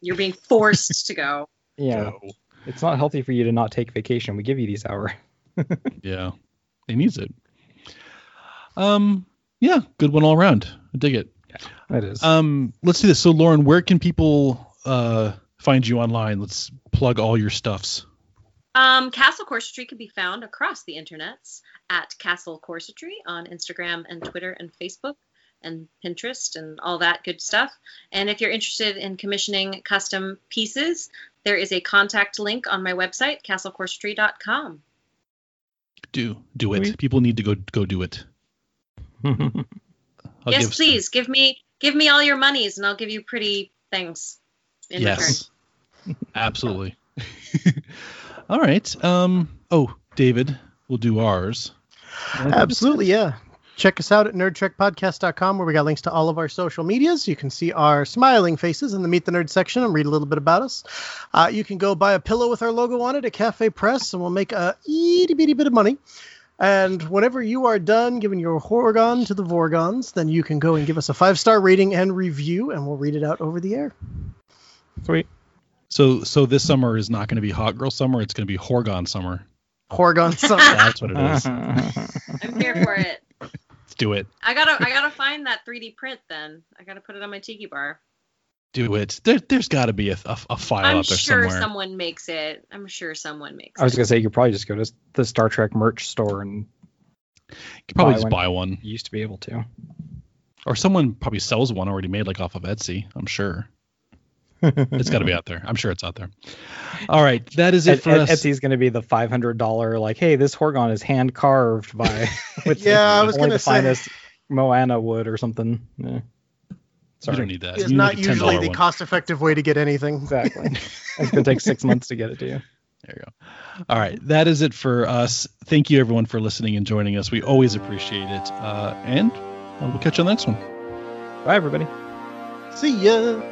Speaker 4: you're being forced to go."
Speaker 1: Yeah, it's not healthy for you to not take vacation. We give you these hours.
Speaker 2: Yeah. He needs it. Um. Yeah. Good one all around. I dig it.
Speaker 1: That is.
Speaker 2: Um. Let's do this. So, Lauren, where can people uh find you online? Let's plug all your stuffs.
Speaker 4: Um, Castle Corsetry can be found across the internets at Castle Corsetry on Instagram and Twitter and Facebook and Pinterest and all that good stuff. And if you're interested in commissioning custom pieces, there is a contact link on my website, castlecorsetry.com.
Speaker 2: Do do it.
Speaker 1: We-
Speaker 2: People need to go go do it.
Speaker 1: Um,
Speaker 2: I'll
Speaker 4: yes,
Speaker 2: give-
Speaker 4: please give me give me all your monies, and I'll give you pretty things in return.
Speaker 2: yes. Absolutely. all right. Um. Oh, David, we'll do ours.
Speaker 3: Absolutely, yeah. Check us out at nerdtrekpodcast.com where we got links to all of our social medias. You can see our smiling faces in the Meet the Nerd section and read a little bit about us. Uh, you can go buy a pillow with our logo on it at Cafe Press and we'll make a itty bitty bit of money. And whenever you are done giving your Horgon to the Vorgons, then you can go and give us a five star rating and review and we'll read it out over the air.
Speaker 1: Sweet.
Speaker 2: So so this summer is not going to be hot girl summer. It's going to be Horgon summer.
Speaker 3: Horgon summer.
Speaker 2: That's what it is.
Speaker 1: uh-huh.
Speaker 4: I'm here for it.
Speaker 2: Let's do it.
Speaker 4: I gotta I gotta find that 3D print then. I gotta put it on my tiki bar.
Speaker 2: Do it. There, there's got to be a, a, a file
Speaker 4: I'm
Speaker 2: out there
Speaker 4: sure
Speaker 2: somewhere.
Speaker 4: someone makes it. I'm sure someone makes
Speaker 1: I was
Speaker 4: it.
Speaker 1: gonna say you could probably just go to the Star Trek merch store, and
Speaker 2: you could probably
Speaker 1: buy
Speaker 2: just
Speaker 1: one.
Speaker 2: buy one,
Speaker 1: you used to be able to.
Speaker 2: or someone probably sells one already made, like off of Etsy. I'm sure it's got to be out there. I'm sure it's out there. All right, that is it
Speaker 1: Et-
Speaker 2: for
Speaker 1: Et-
Speaker 2: us.
Speaker 1: Etsy's gonna be the five hundred dollar like, hey, this Horgon is hand carved by with
Speaker 3: Yeah, I was
Speaker 1: only
Speaker 3: gonna
Speaker 1: the
Speaker 3: say-
Speaker 1: finest Moana wood or something. Yeah.
Speaker 2: You don't
Speaker 1: Sorry.
Speaker 2: need that.
Speaker 3: It's
Speaker 2: You
Speaker 3: not
Speaker 2: need a $10
Speaker 3: usually the
Speaker 2: one.
Speaker 3: cost effective way to get anything.
Speaker 1: Exactly. it's gonna take six months to get it to you.
Speaker 2: There you go. All right, that is it for us. Thank you everyone for listening and joining us. We always appreciate it, uh, and uh, we'll catch you on the next one.
Speaker 1: Bye everybody.
Speaker 3: See ya.